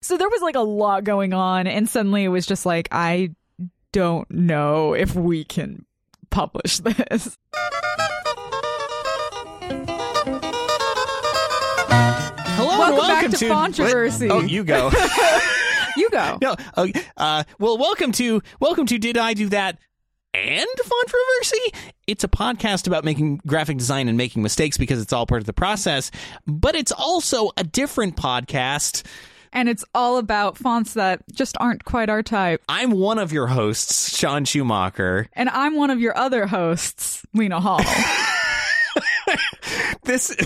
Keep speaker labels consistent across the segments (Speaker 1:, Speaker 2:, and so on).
Speaker 1: So there was like a lot going on, and suddenly it was just like, I don't know if we can publish this.
Speaker 2: Hello
Speaker 1: Welcome back to Fontroversy.
Speaker 2: Oh, you go.
Speaker 1: You go.
Speaker 2: no. oh, uh, well, welcome to welcome to Did I Do That and Fontroversy? It's a podcast about making graphic design and making mistakes because it's all part of the process, but it's also a different podcast.
Speaker 1: And it's all about fonts that just aren't quite our type.
Speaker 2: I'm one of your hosts, Sean Schumacher.
Speaker 1: And I'm one of your other hosts, Lena Hall.
Speaker 2: This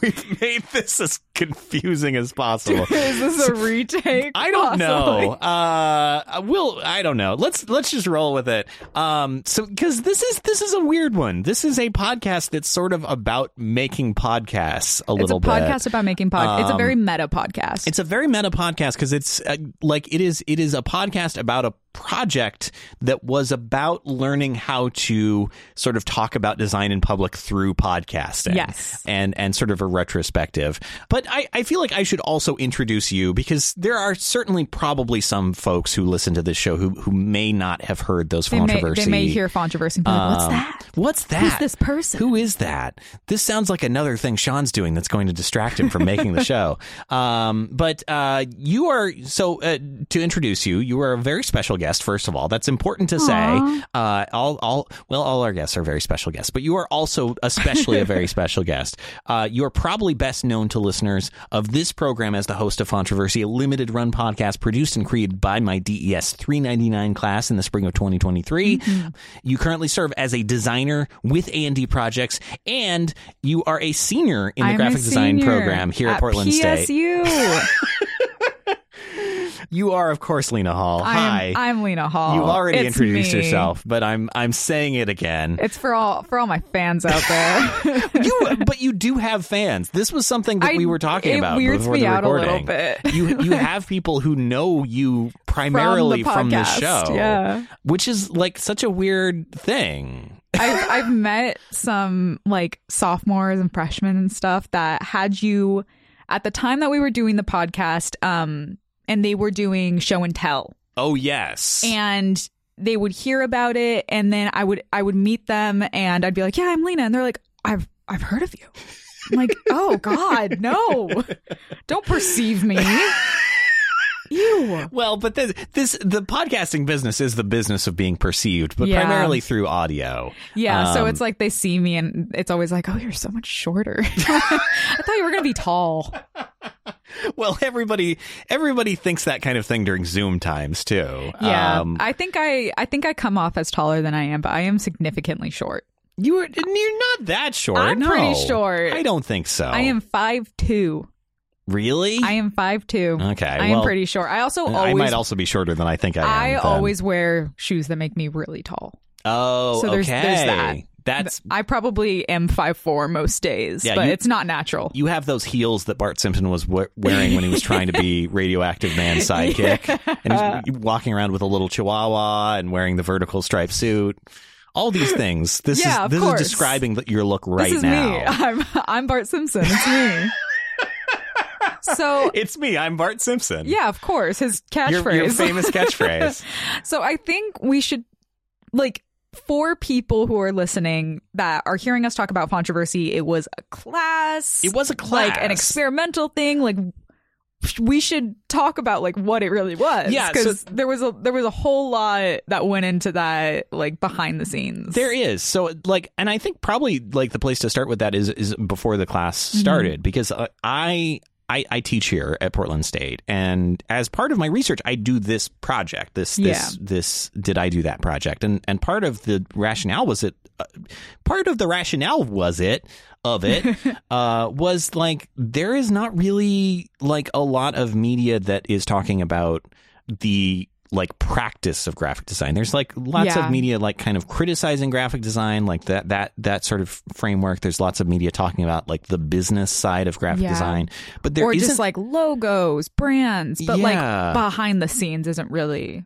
Speaker 2: We've made this as confusing as possible.
Speaker 1: Is this a retake?
Speaker 2: I don't
Speaker 1: Possibly.
Speaker 2: know. Uh, we'll. I don't know. Let's let's just roll with it. Um, so because this is this is a weird one. This is a podcast that's sort of about making podcasts a
Speaker 1: It's a
Speaker 2: little bit.
Speaker 1: podcast about making pod. it's a
Speaker 2: Um,
Speaker 1: very meta podcast.
Speaker 2: It's a very meta podcast because it's uh, like it is it is a podcast about a project that was about learning how to sort of talk about design in public through podcasting.
Speaker 1: Yes.
Speaker 2: And and sort of a retrospective. But I, I feel like I should also introduce you because there are certainly probably some folks who listen to this show who who may not have heard those
Speaker 1: they, may,
Speaker 2: controversy.
Speaker 1: they may hear controversy and be like, what's
Speaker 2: Um,
Speaker 1: that?
Speaker 2: What's that?
Speaker 1: Who's this person?
Speaker 2: Who is that? This sounds like another thing Sean's doing that's going to distract him from making the show. Um, but uh, you are so uh, to introduce you. You are a very special guest. First of all, that's important to say. Uh, all, all, well, all our guests are very special guests, but you are also especially a very special guest. Uh, you are probably best known to listeners of this program as the host of Controversy, a limited run podcast produced and created by my E DES 399 class in the spring of 2023.
Speaker 1: Mm-hmm.
Speaker 2: You currently serve as a designer with A&D Projects, and you are a senior in the
Speaker 1: I'm a
Speaker 2: graphic design
Speaker 1: senior
Speaker 2: program here at,
Speaker 1: at E
Speaker 2: Portland State.
Speaker 1: PSU.
Speaker 2: You are, of course, Lena Hall. Hi.
Speaker 1: I'm, I'm Lena Hall.
Speaker 2: You've already
Speaker 1: Oh, It's
Speaker 2: introduced
Speaker 1: me.
Speaker 2: yourself, but I'm I'm saying it again.
Speaker 1: It's for all for all my fans out there.
Speaker 2: you, but you do have fans. This was something that
Speaker 1: I-
Speaker 2: we were talking
Speaker 1: it
Speaker 2: about
Speaker 1: weirds
Speaker 2: before
Speaker 1: me
Speaker 2: the
Speaker 1: out a little
Speaker 2: recording.
Speaker 1: bit.
Speaker 2: you you have people who know you primarily from the,
Speaker 1: podcast,
Speaker 2: show,
Speaker 1: yeah.
Speaker 2: which is like such a weird thing.
Speaker 1: I've I've met some like sophomores and freshmen and stuff that had you at the time that we were doing the podcast, um, and they were doing show and tell.
Speaker 2: Oh yes,
Speaker 1: and they would hear about it and then I would I would meet them and I'd be like, "Yeah, I'm Lena." And they're like, "I've I've heard of you." I'm like, "Oh god, no. Don't perceive me." Ew.
Speaker 2: well, but this, this the podcasting business is the business of being perceived, but
Speaker 1: Yeah.
Speaker 2: primarily through audio.
Speaker 1: Yeah, so
Speaker 2: Um,
Speaker 1: it's like they see me and it's always like, "Oh, you're so much shorter." I thought you were going to be tall.
Speaker 2: Well, everybody everybody thinks that kind of thing during Zoom times too.
Speaker 1: Yeah.
Speaker 2: Um,
Speaker 1: I think I I think I come off as taller than I am, but I am significantly short.
Speaker 2: you were you're not that short.
Speaker 1: I'm
Speaker 2: no.
Speaker 1: pretty short.
Speaker 2: I don't think so.
Speaker 1: I am 5'2.
Speaker 2: really.
Speaker 1: I am 5'2.
Speaker 2: Okay,
Speaker 1: I am
Speaker 2: well,
Speaker 1: pretty short. I also
Speaker 2: I
Speaker 1: always
Speaker 2: might also be shorter than I think I am.
Speaker 1: I
Speaker 2: then.
Speaker 1: always wear shoes that make me really tall.
Speaker 2: Oh,
Speaker 1: So there's-
Speaker 2: okay.
Speaker 1: there's that.
Speaker 2: That's
Speaker 1: I probably am five four most days,
Speaker 2: Yeah,
Speaker 1: but
Speaker 2: you-
Speaker 1: it's not natural.
Speaker 2: you have those heels that Bart Simpson was we- wearing when he was trying to be radioactive man sidekick, and he was walking around with a little chihuahua and wearing the vertical stripe suit. All these things. This
Speaker 1: Yeah,
Speaker 2: is
Speaker 1: of
Speaker 2: this
Speaker 1: course.
Speaker 2: is describing th- your look right
Speaker 1: this is
Speaker 2: now.
Speaker 1: me. I'm I'm Bart Simpson. It's me. so
Speaker 2: It's me. I'm Bart Simpson.
Speaker 1: yeah, of course, his
Speaker 2: your, your
Speaker 1: catchphrase.
Speaker 2: famous catchphrase.
Speaker 1: so I think we should like for people who are listening that are hearing us talk about controversy. It was a class.
Speaker 2: it was a class,
Speaker 1: like an experimental thing. Like we should talk about like what it really was.
Speaker 2: Yeah,
Speaker 1: because there was a there was a whole lot that went into that like behind the scenes.
Speaker 2: There is. So like and I think probably like the place to start with that is is before the class started because uh, I I I teach here at Portland State and as part of my research I do this project this this this did I do that project and and part of the rationale was it uh, part of the rationale was it of it uh, was like there is not really like a lot of media that is talking about the like practice of graphic design. There's like lots
Speaker 1: Yeah.
Speaker 2: of media like kind of criticizing graphic design, like that that that sort of framework. There's lots of media talking about like the business side of graphic
Speaker 1: Yeah.
Speaker 2: design, but there
Speaker 1: or
Speaker 2: isn't
Speaker 1: just like logos, brands, but
Speaker 2: Yeah.
Speaker 1: like behind the scenes isn't really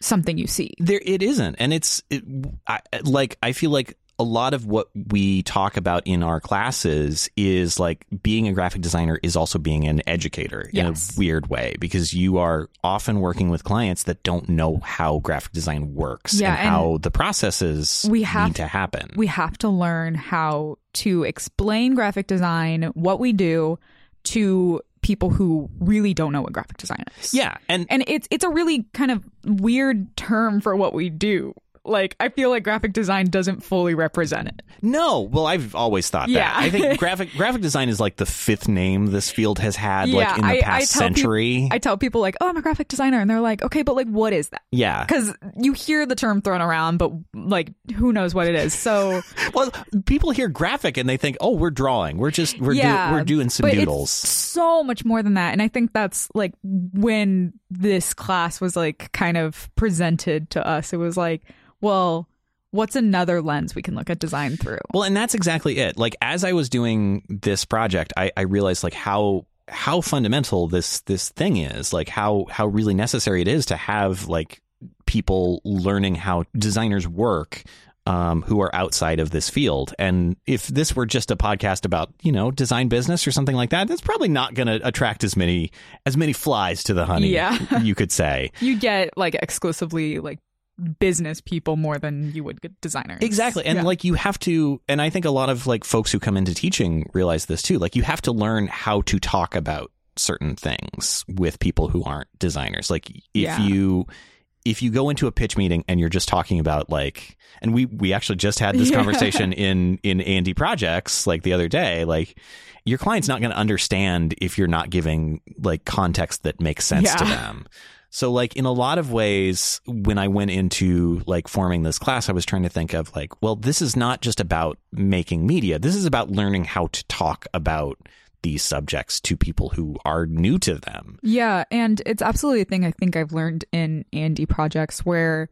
Speaker 1: something you see.
Speaker 2: there it isn't and it's it, I, like i feel like a lot of what we talk about in our classes is like being a graphic designer is also being an educator
Speaker 1: Yes.
Speaker 2: in a weird way because you are often working with clients that don't know how graphic design works
Speaker 1: Yeah,
Speaker 2: and,
Speaker 1: and
Speaker 2: how the processes
Speaker 1: we have-
Speaker 2: need to happen.
Speaker 1: we have to learn how to explain graphic design, what we do to people who really don't know what graphic design is.
Speaker 2: yeah, and
Speaker 1: And it's it's a really kind of weird term for what we do. Like I feel like graphic design doesn't fully represent it.
Speaker 2: No, well, I've always thought
Speaker 1: Yeah.
Speaker 2: that. I think graphic graphic design is like the fifth name this field has had,
Speaker 1: Yeah,
Speaker 2: like in the
Speaker 1: I- I
Speaker 2: past
Speaker 1: tell peop-
Speaker 2: century.
Speaker 1: I tell people like, "Oh, I'm a graphic designer." And they're like, "Okay, but like what is that?"
Speaker 2: yeah,
Speaker 1: Cuz you hear the term thrown around, but like who knows what it is. So
Speaker 2: well, people hear graphic and they think, "Oh, we're drawing. We're just we're
Speaker 1: yeah,
Speaker 2: do, we're doing some
Speaker 1: but it's
Speaker 2: doodles."
Speaker 1: so much more than that, and I think that's like when this class was like kind of presented to us. It was like, well, what's another lens we can look at design through?
Speaker 2: Well, and that's exactly it. Like as I was doing this project, I, I realized like how how fundamental this this thing is, like how how really necessary it is to have like people learning how designers work um, who are outside of this field. And if this were just a podcast about you know design business or something like that, that's probably not going to attract as many as many flies to the honey.
Speaker 1: Yeah.
Speaker 2: you could say.
Speaker 1: You get like exclusively like business people more than you would get designers.
Speaker 2: Exactly. And
Speaker 1: Yeah.
Speaker 2: like you have to and I think a lot of like folks who come into teaching realize this too. Like you have to learn how to talk about certain things with people who aren't designers. Like if
Speaker 1: Yeah.
Speaker 2: you if you go into a pitch meeting and you're just talking about like and we we actually just had this
Speaker 1: Yeah.
Speaker 2: conversation in in Andy projects like the other day like your client's not going to understand if you're not giving like context that makes sense to
Speaker 1: Yeah.
Speaker 2: them. So like in a lot of ways when I went into like forming this class I was trying to think of like well this is not just about making media this is about learning how to talk about these subjects to people who are new to them.
Speaker 1: Yeah, and it's absolutely a thing I think I've learned in Andy projects where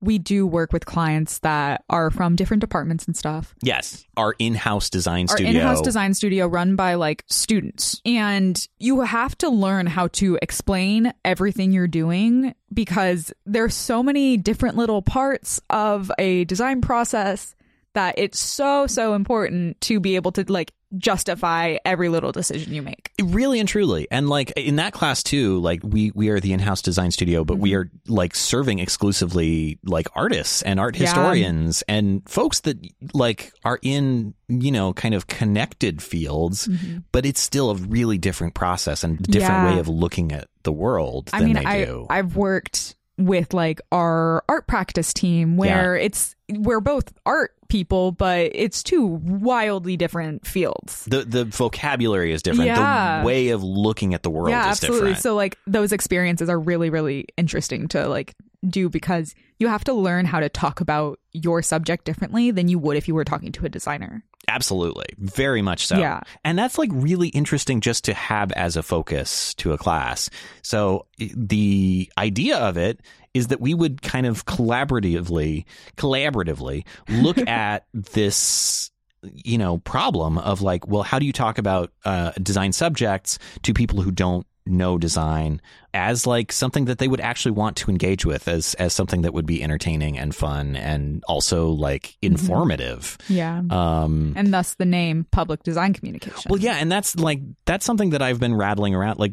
Speaker 1: we do work with clients that are from different departments and stuff.
Speaker 2: Yes, our in-house design
Speaker 1: our
Speaker 2: studio.
Speaker 1: in-house design studio run by like students and you have to learn how to explain everything you're doing because there's so many different little parts of a design process that it's so so important to be able to like justify every little decision you make
Speaker 2: really and truly and like in that class too like we we are the in-house design studio but we are like serving exclusively like artists and
Speaker 1: Mm-hmm.
Speaker 2: art
Speaker 1: Yeah.
Speaker 2: historians and folks that like are in you know kind of connected fields but it's still a really different process and different
Speaker 1: Mm-hmm. Yeah.
Speaker 2: way of looking at the world
Speaker 1: I
Speaker 2: than
Speaker 1: mean,
Speaker 2: they
Speaker 1: I
Speaker 2: do
Speaker 1: I've worked with like our art practice team where it's we're both art people, but it's two wildly different fields.
Speaker 2: the the vocabulary is different
Speaker 1: Yeah.
Speaker 2: the way of looking at the world
Speaker 1: yeah,
Speaker 2: is
Speaker 1: absolutely.
Speaker 2: different
Speaker 1: So like those experiences are really really interesting to like do because you have to learn how to talk about your subject differently than you would if you were talking to a designer.
Speaker 2: Absolutely. Very much so.
Speaker 1: Yeah.
Speaker 2: And that's like really interesting just to have as a focus to a class. So i- the idea of it is that we would kind of collaboratively collaboratively look at this you know problem of like well how do you talk about uh, design subjects to people who don't know design as like something that they would actually want to engage with as as something that would be entertaining and fun and also like informative
Speaker 1: Yeah.
Speaker 2: um
Speaker 1: And thus the name public design communication.
Speaker 2: well yeah and that's like that's something that i've been rattling around like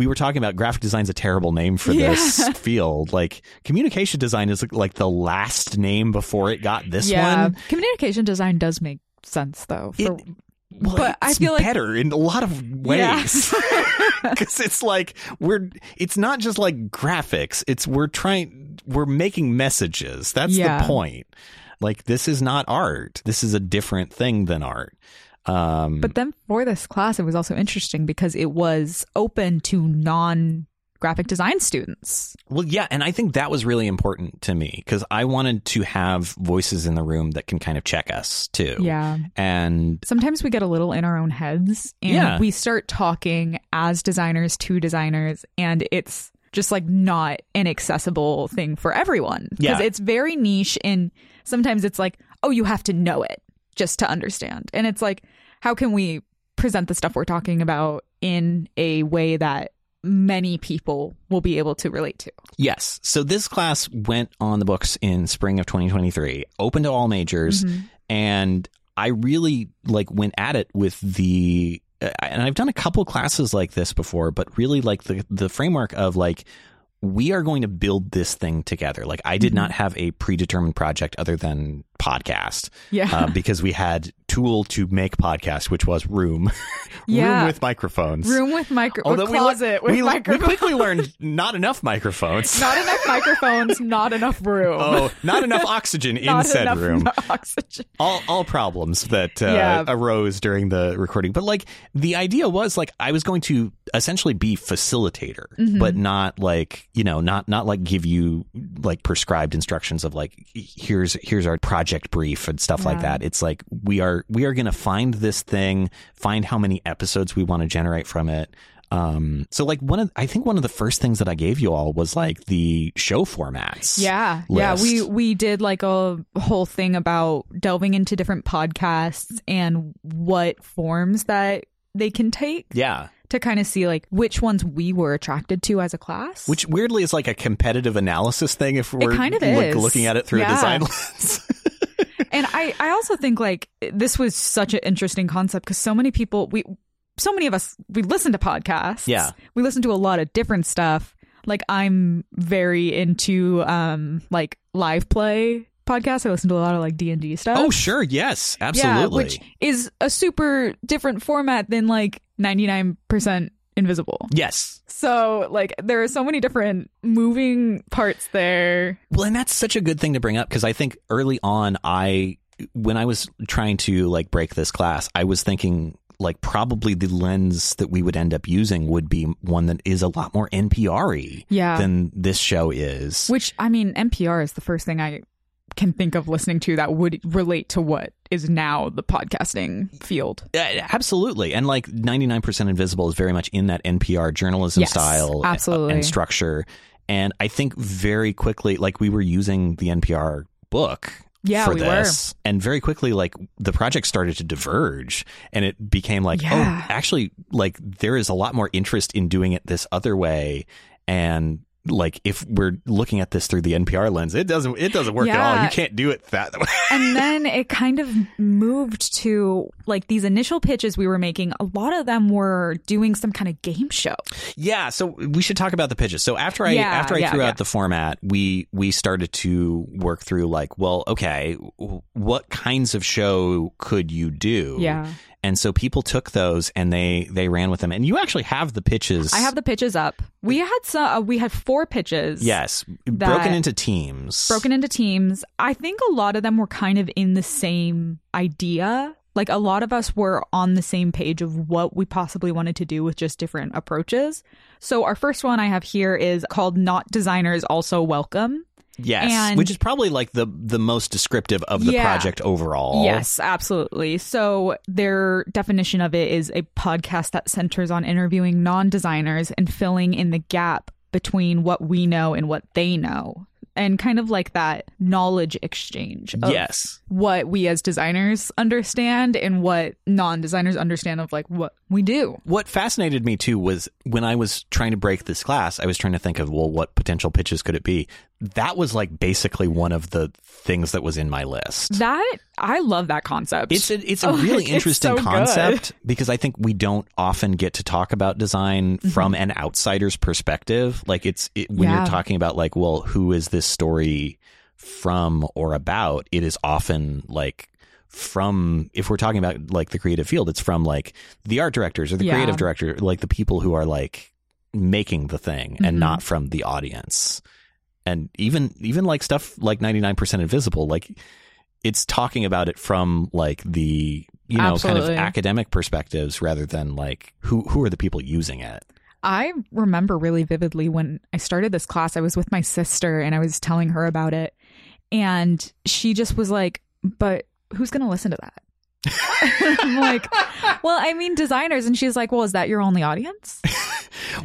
Speaker 2: we were talking about graphic design's a terrible name for this
Speaker 1: Yeah.
Speaker 2: field like communication design is like the last name before it got this
Speaker 1: yeah.
Speaker 2: one
Speaker 1: Communication design does make sense though. For,
Speaker 2: It- well,
Speaker 1: But I
Speaker 2: it's
Speaker 1: feel like-
Speaker 2: better in a lot of
Speaker 1: Yeah.
Speaker 2: ways because it's like we're it's not just like graphics it's we're trying we're making messages that's
Speaker 1: Yeah.
Speaker 2: the point like this is not art this is a different thing than art um
Speaker 1: But then for this class, it was also interesting because it was open to non graphic design students.
Speaker 2: Well, yeah, and I think that was really important to me because I wanted to have voices in the room that can kind of check us too.
Speaker 1: Yeah.
Speaker 2: And
Speaker 1: Sometimes we get a little in our own heads and
Speaker 2: Yeah.
Speaker 1: we start talking as designers to designers, and it's just like not an accessible thing for everyone because
Speaker 2: Yeah.
Speaker 1: it's very niche. And sometimes it's like, oh, you have to know it just to understand. And it's like, how can we present the stuff we're talking about in a way that many people will be able to relate to.
Speaker 2: Yes. So this class went on the books in spring of 2023, open to all majors,
Speaker 1: Mm-hmm.
Speaker 2: and I really like went at it with the uh, and I've done a couple classes like this before, but really like the the framework of like we are going to build this thing together. Like I did
Speaker 1: Mhm.
Speaker 2: not have a predetermined project other than podcast
Speaker 1: Yeah.
Speaker 2: uh, because we had tool to make podcast, which was room, room
Speaker 1: Yeah.
Speaker 2: with microphones.
Speaker 1: Room with micro or
Speaker 2: le-
Speaker 1: closet with
Speaker 2: we, we
Speaker 1: microphones.
Speaker 2: quickly learned not enough microphones.
Speaker 1: not enough microphones, not enough room.
Speaker 2: oh, not enough oxygen in
Speaker 1: not
Speaker 2: said
Speaker 1: enough
Speaker 2: room.
Speaker 1: oxygen.
Speaker 2: all all problems that uh,
Speaker 1: Yeah.
Speaker 2: arose during the recording. But like the idea was like I was going to essentially be facilitator,
Speaker 1: Mm-hmm.
Speaker 2: but not like you know not not like give you like prescribed instructions of like here's here's our project brief and stuff like
Speaker 1: Yeah.
Speaker 2: that. It's like we are we are going to find this thing, find how many episodes we want to generate from it. Um, so like one of, I think one of the first things that I gave you all was like the show formats.
Speaker 1: Yeah. Yeah.
Speaker 2: list.
Speaker 1: We we did like a whole thing about delving into different podcasts and what forms that they can take
Speaker 2: Yeah.
Speaker 1: to kind of see like which ones we were attracted to as a class.
Speaker 2: which weirdly is like a competitive analysis thing if we're
Speaker 1: kind of
Speaker 2: like
Speaker 1: is.
Speaker 2: looking at it through a
Speaker 1: Yeah.
Speaker 2: design lens.
Speaker 1: and I, I also think like this was such an interesting concept because so many people we so many of us we listen to podcasts
Speaker 2: Yeah.
Speaker 1: we listen to a lot of different stuff like i'm very into um like live play podcasts i listen to a lot of like d&d stuff
Speaker 2: oh, sure, yes,
Speaker 1: yeah
Speaker 2: absolutely.
Speaker 1: which is a super different format than like 99% invisible
Speaker 2: yes.
Speaker 1: so like there are so many different moving parts there
Speaker 2: Well, and that's such a good thing to bring up because I think early on I when I was trying to like break this class, I was thinking like probably the lens that we would end up using would be one that is a lot more NPR-y
Speaker 1: Yeah.
Speaker 2: than this show is.
Speaker 1: Which I mean, NPR is the first thing I can think of listening to that would relate to what is now the podcasting field.
Speaker 2: Yeah, Uh, absolutely. And like 99% Invisible is very much in that NPR journalism
Speaker 1: Yes,
Speaker 2: style uh,
Speaker 1: absolutely.
Speaker 2: and structure. And I think very quickly, like we were using the NPR book
Speaker 1: Yeah,
Speaker 2: for
Speaker 1: we were.
Speaker 2: this. And very quickly, like the project started to diverge and it became like,
Speaker 1: Yeah.
Speaker 2: oh, actually, like there is a lot more interest in doing it this other way. And like if we're looking at this through the NPR lens, it doesn't it doesn't work at all.
Speaker 1: Yeah.
Speaker 2: You can't do it that way.
Speaker 1: And then it kind of moved to like these initial pitches we were making, a lot of them were doing some kind of game show.
Speaker 2: Yeah, so we should talk about the pitches. So after I
Speaker 1: Yeah,
Speaker 2: after I
Speaker 1: yeah,
Speaker 2: threw
Speaker 1: yeah.
Speaker 2: out the format, we we started to work through like, well, okay, w- what kinds of show could you do?
Speaker 1: Yeah.
Speaker 2: and so people took those and they they ran with them. And you actually have the pitches.
Speaker 1: I have the pitches up. We had some, uh, we had four pitches.
Speaker 2: yes,
Speaker 1: that-
Speaker 2: broken into teams.
Speaker 1: broken into teams. I think a lot of them were kind of in the same idea. Like a lot of us were on the same page of what we possibly wanted to do with just different approaches. So our first one I have here is called Not Designers Also Welcome.
Speaker 2: Yes,
Speaker 1: and-
Speaker 2: which is probably like the the most descriptive of the
Speaker 1: Yeah.
Speaker 2: project overall.
Speaker 1: Yes, absolutely. So their definition of it is a podcast that centers on interviewing non-designers and filling in the gap between what we know and what they know. And kind of like that knowledge exchange of
Speaker 2: Yes.
Speaker 1: what we as designers understand and what non-designers understand of like what we do.
Speaker 2: what fascinated me too was when I was trying to break this class, I was trying to think of, well, what potential pitches could it be? That was like basically one of the things that was in my list.
Speaker 1: That I love that concept.
Speaker 2: It's a, it's a
Speaker 1: Oh,
Speaker 2: really
Speaker 1: it's
Speaker 2: interesting
Speaker 1: so good.
Speaker 2: concept because I think we don't often get to talk about design from an outsider's perspective. Like it's it, when
Speaker 1: Mm-hmm. Yeah.
Speaker 2: you're talking about like, well, who is this story from or about? It is often like from if we're talking about like the creative field, it's from like the art directors or the
Speaker 1: Yeah.
Speaker 2: creative director, like the people who are like making the thing and
Speaker 1: Mhm.
Speaker 2: not from the audience. And even even like stuff like 99% invisible, like it's talking about it from like the you know kind
Speaker 1: Absolutely.
Speaker 2: of academic perspectives rather than like who who are the people using it
Speaker 1: I remember really vividly when I started this class, I was with my sister and I was telling her about it. And she just was like, But who's going to listen to that? I'm like, Well, I mean, designers. And she's like, Well, is that your only audience?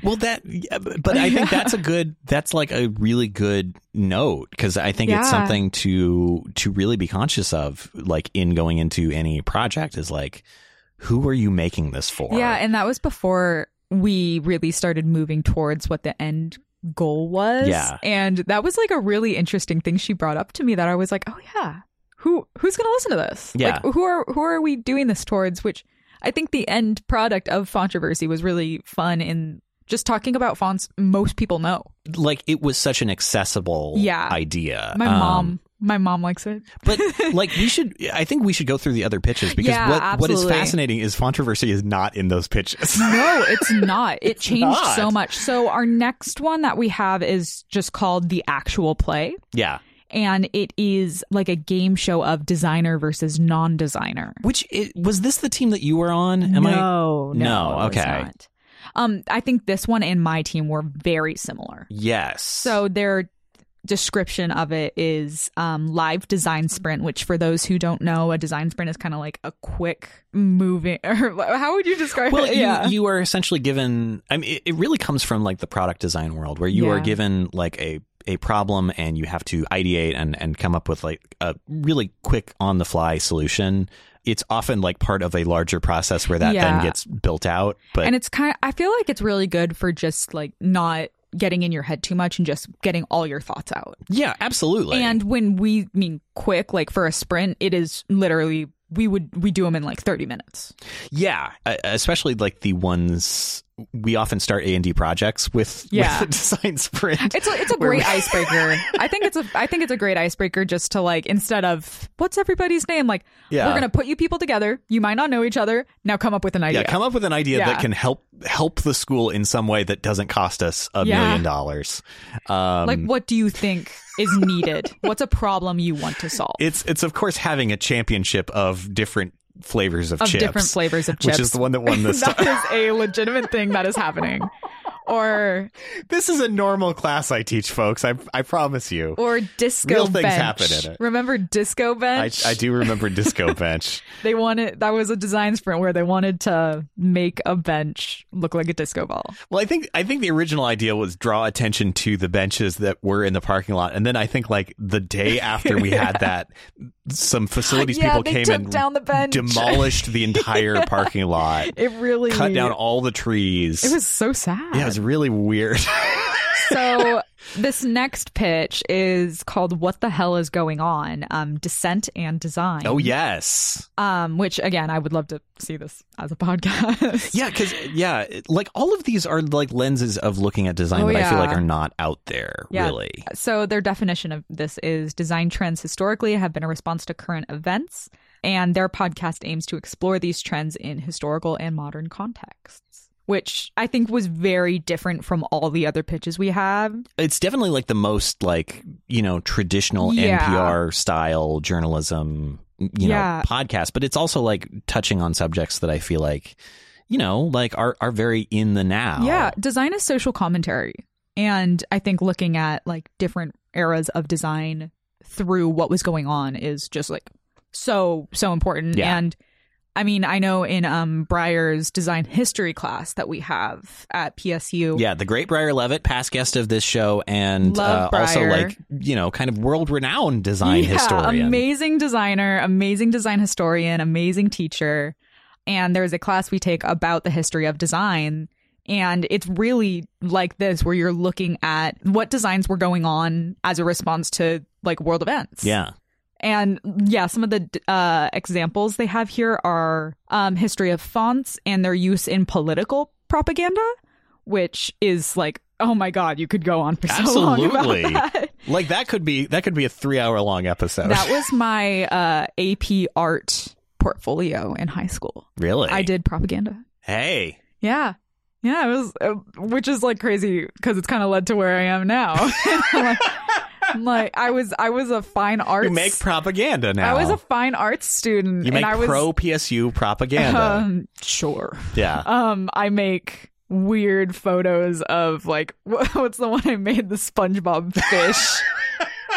Speaker 2: well that yeah, but but i think that's a good that's like a really good note because i think it's
Speaker 1: Yeah.
Speaker 2: something to to really be conscious of like in going into any project is like who are you making this for
Speaker 1: Yeah. And that was before we really started moving towards what the end goal was.
Speaker 2: Yeah.
Speaker 1: And that was like a really interesting thing she brought up to me that I was like, oh yeah, who who's gonna listen to this?
Speaker 2: Yeah.
Speaker 1: Like who are who are we doing this towards? Which I think the end product of controversy was really fun in just talking about fonts most people know.
Speaker 2: Like it was such an accessible
Speaker 1: Yeah.
Speaker 2: idea.
Speaker 1: My
Speaker 2: Um,
Speaker 1: mom my mom likes it.
Speaker 2: but like we should I think we should go through the other pitches because
Speaker 1: Yeah,
Speaker 2: what, what is
Speaker 1: absolutely.
Speaker 2: fascinating is controversy is not in those pitches.
Speaker 1: No, it's not. It changed
Speaker 2: not.
Speaker 1: so much. So our next one that we have is just called the actual play.
Speaker 2: yeah.
Speaker 1: and it is like a game show of designer versus non-designer.
Speaker 2: Which it, was this the team that you were on? Am I
Speaker 1: no,
Speaker 2: No,
Speaker 1: it was
Speaker 2: okay.
Speaker 1: not. Um, I think this one and my team were very similar.
Speaker 2: Yes.
Speaker 1: So their description of it is um, live design sprint, which for those who don't know, a design sprint is kind of like a quick moving. Or how would you describe
Speaker 2: well,
Speaker 1: it?
Speaker 2: you, you are essentially given. I mean, it, it really comes from like the product design world, where you are
Speaker 1: Yeah.
Speaker 2: given like a a problem, and you have to ideate and and come up with like a really quick on the fly solution. It's often like part of a larger process where that
Speaker 1: Yeah.
Speaker 2: then gets built out. But
Speaker 1: and it's kind of. I feel like it's really good for just like not getting in your head too much and just getting all your thoughts out.
Speaker 2: yeah, absolutely.
Speaker 1: And when we mean quick, like for a sprint, it is literally we would we do them in like thirty minutes.
Speaker 2: yeah, uh, especially like the ones we often start A and D projects with.
Speaker 1: Yeah.
Speaker 2: with a design sprint.
Speaker 1: It's a it's a great icebreaker. I think it's a I think it's a great icebreaker just to like instead of what's everybody's name like
Speaker 2: Yeah.
Speaker 1: we're gonna put you people together. You might not know each other. Now come up with an
Speaker 2: yeah,
Speaker 1: idea.
Speaker 2: come up with an idea
Speaker 1: Yeah.
Speaker 2: that can help help the school in some way that doesn't cost us a
Speaker 1: Yeah.
Speaker 2: million dollars. Um,
Speaker 1: like what do you think is needed? what's a problem you want to solve?
Speaker 2: it's it's of course having a championship of different flavors of,
Speaker 1: of
Speaker 2: chips,
Speaker 1: different flavors of
Speaker 2: which
Speaker 1: chips.
Speaker 2: is the one that won this.
Speaker 1: that is a legitimate thing that is happening. Or
Speaker 2: this is a normal class I teach, folks. I I promise you.
Speaker 1: or disco
Speaker 2: Real things
Speaker 1: bench.
Speaker 2: happen in it.
Speaker 1: Remember disco
Speaker 2: I,
Speaker 1: bench?
Speaker 2: I do remember Disco Bench.
Speaker 1: They wanted that was a design sprint where they wanted to make a bench look like a disco ball.
Speaker 2: Well, I think I think the original idea was draw attention to the benches that were in the parking lot, and then I think like the day after we had that, some facilities
Speaker 1: Yeah,
Speaker 2: people
Speaker 1: they
Speaker 2: came
Speaker 1: took
Speaker 2: and
Speaker 1: down the bench.
Speaker 2: demolished the entire parking lot,
Speaker 1: It really
Speaker 2: cut down all the trees.
Speaker 1: It was so sad.
Speaker 2: yeah, it was really weird.
Speaker 1: so this next pitch is called "What the hell is going on?" Um, Descent and design.
Speaker 2: oh yes.
Speaker 1: Um, which again, I would love to see this as a podcast.
Speaker 2: Yeah, because yeah, it- like all of these are like lenses of looking at design
Speaker 1: Oh,
Speaker 2: that I feel
Speaker 1: yeah.
Speaker 2: like are not out there
Speaker 1: Yeah.
Speaker 2: really.
Speaker 1: So their definition of this is design trends historically have been a response to current events, and their podcast aims to explore these trends in historical and modern contexts, which I think was very different from all the other pitches we have.
Speaker 2: It's definitely like the most like you know traditional
Speaker 1: Yeah.
Speaker 2: NPR style journalism you
Speaker 1: Yeah.
Speaker 2: know podcast, but it's also like touching on subjects that I feel like you know like are are very in the now.
Speaker 1: Yeah, design is social commentary, and I think looking at like different eras of design through what was going on is just like so so important
Speaker 2: Yeah.
Speaker 1: and I mean, I know in um Breyer's design history class that we have at PSU,
Speaker 2: Yeah, the great Briar Levitt, past guest of this show, and
Speaker 1: Love
Speaker 2: uh, also
Speaker 1: Breyer.
Speaker 2: like you know, kind of world-renowned design
Speaker 1: yeah,
Speaker 2: historian.
Speaker 1: Amazing designer, amazing design historian, amazing teacher. And there's a class we take about the history of design. And it's really like this where you're looking at what designs were going on as a response to like world events.
Speaker 2: Yeah,
Speaker 1: And yeah, some of the uh, examples they have here are um, history of fonts and their use in political propaganda, which is like, oh my God, you could go on for so long.
Speaker 2: Absolutely.
Speaker 1: About that.
Speaker 2: like that could be that could be a three-hour-long episode.
Speaker 1: That was my uh, AP art portfolio in high school.
Speaker 2: really,
Speaker 1: I did propaganda.
Speaker 2: Hey.
Speaker 1: Yeah. Yeah, it was, uh, which is like crazy because it's kind of led to where I am now. I'm like, I'm like, I was, I was a fine arts.
Speaker 2: You make propaganda
Speaker 1: I
Speaker 2: now.
Speaker 1: was a fine arts student.
Speaker 2: you make
Speaker 1: and I was,
Speaker 2: pro PSU propaganda.
Speaker 1: Um, sure.
Speaker 2: yeah.
Speaker 1: Um, I make weird photos of like wha- what's the one I made the SpongeBob fish.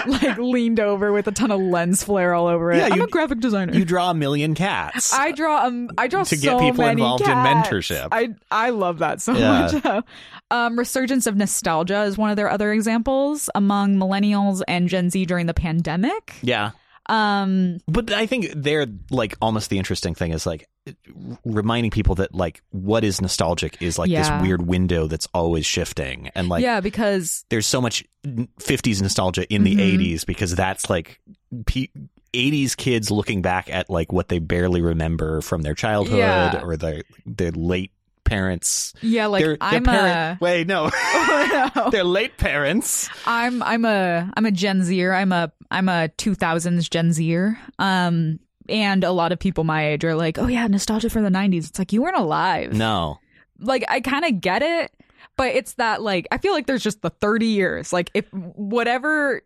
Speaker 1: like leaned over with a ton of lens flare all over it.
Speaker 2: Yeah,
Speaker 1: I'm
Speaker 2: you-
Speaker 1: a graphic designer.
Speaker 2: you draw a million cats.
Speaker 1: I draw um I draw
Speaker 2: To get
Speaker 1: so
Speaker 2: people
Speaker 1: many
Speaker 2: involved in
Speaker 1: cats.
Speaker 2: mentorship.
Speaker 1: I I love that so
Speaker 2: Yeah.
Speaker 1: much. um, resurgence of nostalgia is one of their other examples among millennials and Gen Z during the pandemic.
Speaker 2: yeah.
Speaker 1: Um,
Speaker 2: But I think they're like almost the interesting thing is like reminding people that like what is nostalgic is like
Speaker 1: Yeah.
Speaker 2: this weird window that's always shifting and like
Speaker 1: yeah, because
Speaker 2: there's so much 50s nostalgia in the
Speaker 1: Mhm.
Speaker 2: 80s because that's like pe 80s kids looking back at like what they barely remember from their childhood
Speaker 1: Yeah.
Speaker 2: or their their late parents
Speaker 1: yeah, like
Speaker 2: their, their
Speaker 1: I'm
Speaker 2: parent-
Speaker 1: a
Speaker 2: wait no
Speaker 1: no.
Speaker 2: their late parents
Speaker 1: I'm I'm a I'm a Gen Zer. I'm a I'm a 2000s Gen Zer. Um and a lot of people my age are like, "Oh yeah, nostalgia for the 90s." It's like you weren't alive.
Speaker 2: no
Speaker 1: Like I kind of get it, but it's that like I feel like there's just the 30 years. Like if whatever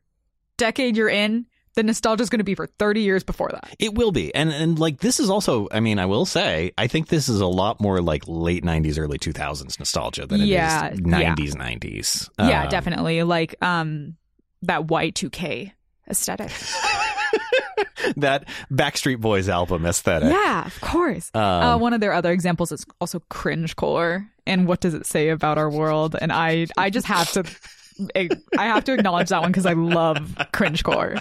Speaker 1: decade you're in, the nostalgia is going to be for 30 years before that.
Speaker 2: it will be and and like this is also i mean i will say i think this is a lot more like late 90s early 2000s nostalgia than
Speaker 1: Yeah,
Speaker 2: it
Speaker 1: yeah.
Speaker 2: is 90s 90s
Speaker 1: yeah,
Speaker 2: Um,
Speaker 1: definitely. Like um that Y2K aesthetic.
Speaker 2: that backstreet boys album aesthetic
Speaker 1: yeah, of course.
Speaker 2: Um,
Speaker 1: uh, one of their other examples is also cringe core and what does it say about our world and i i just have to i I have to acknowledge that one because i love cringe core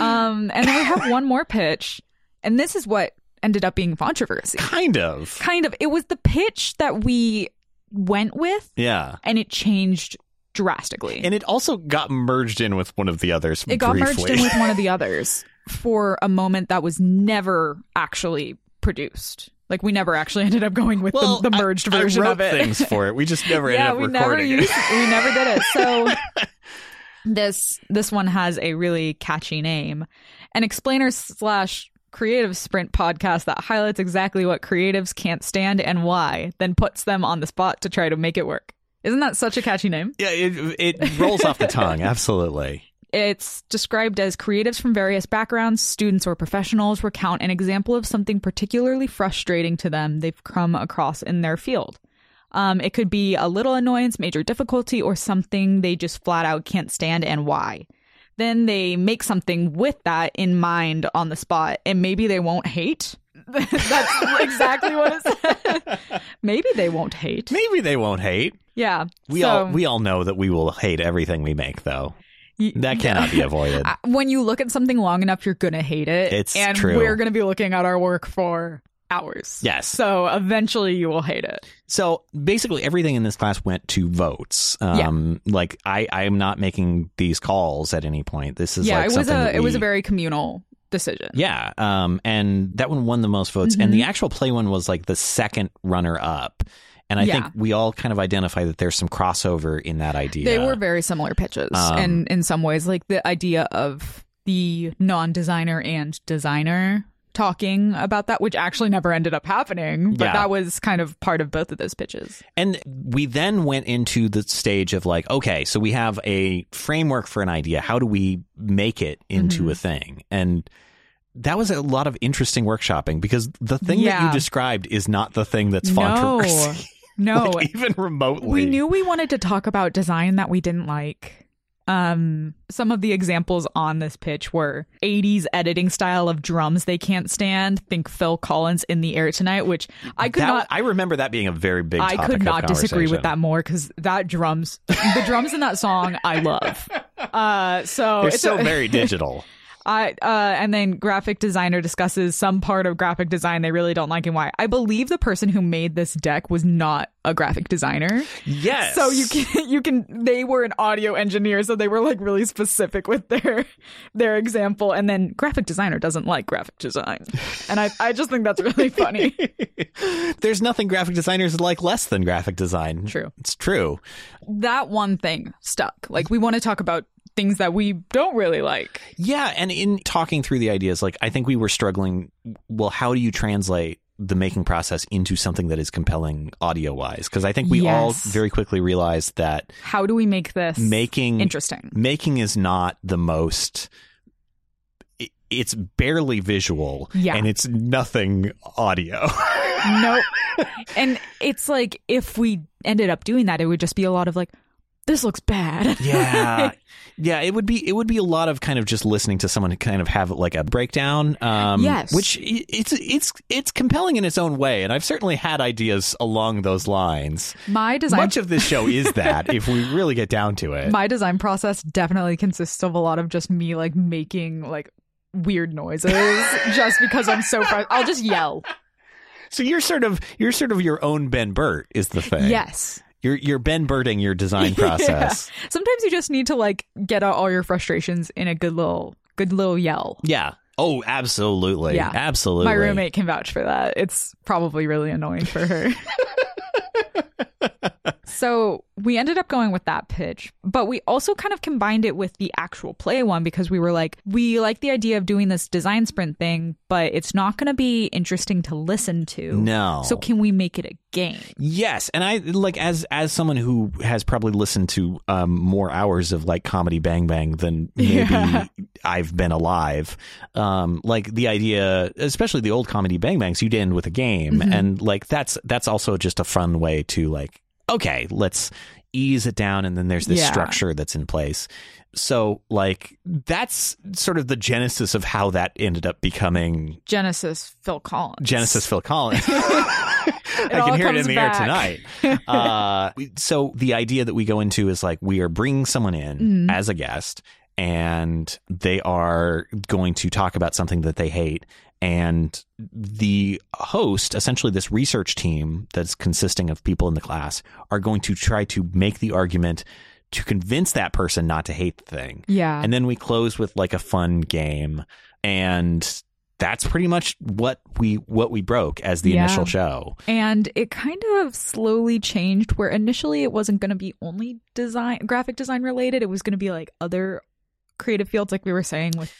Speaker 1: um and then we have one more pitch and this is what ended up being controversy
Speaker 2: kind of
Speaker 1: kind of it was the pitch that we went with
Speaker 2: yeah
Speaker 1: and it changed drastically
Speaker 2: And it also got merged in with one of the others.
Speaker 1: it got
Speaker 2: briefly.
Speaker 1: merged in with one of the others for a moment that was never actually produced like we never actually ended up going with
Speaker 2: well,
Speaker 1: the, the
Speaker 2: I-
Speaker 1: merged
Speaker 2: I
Speaker 1: version
Speaker 2: wrote
Speaker 1: of it
Speaker 2: Things for it. We just never
Speaker 1: yeah, we
Speaker 2: ended up
Speaker 1: never
Speaker 2: recording
Speaker 1: used,
Speaker 2: it.
Speaker 1: we never did it. So this this one has a really catchy name, an explainer slash creative sprint podcast that highlights exactly what creatives can't stand and why, then puts them on the spot to try to make it work. Isn't that such a catchy name?
Speaker 2: Yeah, it, it rolls off the tongue. Absolutely.
Speaker 1: It's described as creatives from various backgrounds, students or professionals, recount an example of something particularly frustrating to them they've come across in their field. Um, it could be a little annoyance, major difficulty, or something they just flat out can't stand and why. Then they make something with that in mind on the spot, and maybe they won't hate. That's exactly what it said. maybe they won't hate.
Speaker 2: Maybe they won't hate.
Speaker 1: Yeah.
Speaker 2: We
Speaker 1: so,
Speaker 2: all we all know that we will hate everything we make, though.
Speaker 1: Y-
Speaker 2: That cannot be avoided.
Speaker 1: I- when you look at something long enough, you're gonna hate it.
Speaker 2: It's
Speaker 1: and
Speaker 2: true.
Speaker 1: we're gonna be looking at our work for hours.
Speaker 2: Yes.
Speaker 1: So eventually, you will hate it.
Speaker 2: So basically, everything in this class went to votes. Um, Like I, I am not making these calls at any point. This is
Speaker 1: yeah,
Speaker 2: like
Speaker 1: it was
Speaker 2: something
Speaker 1: a
Speaker 2: that
Speaker 1: it was a
Speaker 2: we-
Speaker 1: very communal decision.
Speaker 2: Yeah, um, and that one won the most votes, and
Speaker 1: Mm-hmm.
Speaker 2: the actual play one was like the second runner up. And I
Speaker 1: Yeah.
Speaker 2: think we all kind of identify that there's some crossover in that idea.
Speaker 1: They were very similar pitches,
Speaker 2: Um,
Speaker 1: and in some ways, like the idea of the non-designer and designer talking about that, which actually never ended up happening. But
Speaker 2: Yeah.
Speaker 1: that was kind of part of both of those pitches.
Speaker 2: and we then went into the stage of like, okay, so we have a framework for an idea. How do we make it into
Speaker 1: Mm-hmm.
Speaker 2: a thing? And that was a lot of interesting workshopping because the thing that
Speaker 1: Yeah.
Speaker 2: you described is not the thing that's
Speaker 1: no,
Speaker 2: controversy,
Speaker 1: no,
Speaker 2: like, even remotely.
Speaker 1: We knew we wanted to talk about design that we didn't like. Um, some of the examples on this pitch were 80s editing style of drums they can't stand. Think Phil Collins in the air tonight, which I could
Speaker 2: That-
Speaker 1: not.
Speaker 2: I remember that being a very big.
Speaker 1: I
Speaker 2: topic
Speaker 1: could
Speaker 2: of
Speaker 1: not disagree with
Speaker 2: conversation.
Speaker 1: that more because that drums, the drums in that song, I love. Uh, so
Speaker 2: They're
Speaker 1: it's
Speaker 2: so
Speaker 1: a-
Speaker 2: very digital.
Speaker 1: I uh, and then graphic designer discusses some part of graphic design they really don't like and why. I believe the person who made this deck was not a graphic designer.
Speaker 2: Yes.
Speaker 1: So you can you can they were an audio engineer, so they were like really specific with their their example. And then graphic designer doesn't like graphic design, and I I just think that's really funny.
Speaker 2: There's nothing graphic designers like less than graphic design.
Speaker 1: True.
Speaker 2: It's true.
Speaker 1: that one thing stuck. Like we want to talk about things that we don't really like.
Speaker 2: Yeah, and in talking through the ideas, like I think we were struggling well, how do you translate the making process into something that is compelling audio wise? Because I think we all
Speaker 1: Yes.
Speaker 2: very quickly realized that
Speaker 1: How do we make this
Speaker 2: making
Speaker 1: interesting?
Speaker 2: making is not the most i- it's barely visual
Speaker 1: Yeah.
Speaker 2: and it's nothing audio.
Speaker 1: nope. And it's like if we ended up doing that, it would just be a lot of like, this looks bad.
Speaker 2: Yeah. yeah, it would be it would be a lot of kind of just listening to someone kind of have like a breakdown. Um
Speaker 1: Yes.
Speaker 2: which i- it's it's it's compelling in its own way and I've certainly had ideas along those lines.
Speaker 1: My design
Speaker 2: Much of this show is that if we really get down to it.
Speaker 1: my design process definitely consists of a lot of just me like making like weird noises just because I'm so fr- I'll just yell.
Speaker 2: So you're sort of you're sort of your own Ben Burt is the thing.
Speaker 1: Yes.
Speaker 2: You're you're Ben Burting your design process.
Speaker 1: Yeah. Sometimes you just need to like get out all your frustrations in a good little good little yell.
Speaker 2: yeah. Oh, absolutely.
Speaker 1: Yeah.
Speaker 2: Absolutely.
Speaker 1: My roommate can vouch for that. It's probably really annoying for her. so we ended up going with that pitch, but we also kind of combined it with the actual play one because we were like, we like the idea of doing this design sprint thing, but it's not going to be interesting to listen to.
Speaker 2: No.
Speaker 1: So can we make it a game?
Speaker 2: Yes, and I like as as someone who has probably listened to um, more hours of like comedy Bang Bang than maybe
Speaker 1: Yeah.
Speaker 2: I've been alive. Um, like the idea, especially the old comedy Bang Bangs, you'd end with a game,
Speaker 1: Mhm.
Speaker 2: and like that's that's also just a fun way to like okay, let's ease it down, and then there's this
Speaker 1: Yeah.
Speaker 2: structure that's in place. So like that's sort of the genesis of how that ended up becoming
Speaker 1: Genesis Phil Collins.
Speaker 2: Genesis Phil Collins. I can
Speaker 1: all
Speaker 2: hear it in
Speaker 1: comes
Speaker 2: the
Speaker 1: back.
Speaker 2: air tonight. Uh, we- so the idea that we go into is like we are bringing someone in
Speaker 1: Mhm.
Speaker 2: as a guest, and they are going to talk about something that they hate. And the host, essentially this research team that's consisting of people in the class, are going to try to make the argument to convince that person not to hate the thing.
Speaker 1: Yeah.
Speaker 2: And then we close with like a fun game. And that's pretty much what we what we broke as the
Speaker 1: Yeah.
Speaker 2: initial show.
Speaker 1: And it kind of slowly changed where initially it wasn't going to be only design graphic design related, it was going to be like other creative fields like we were saying with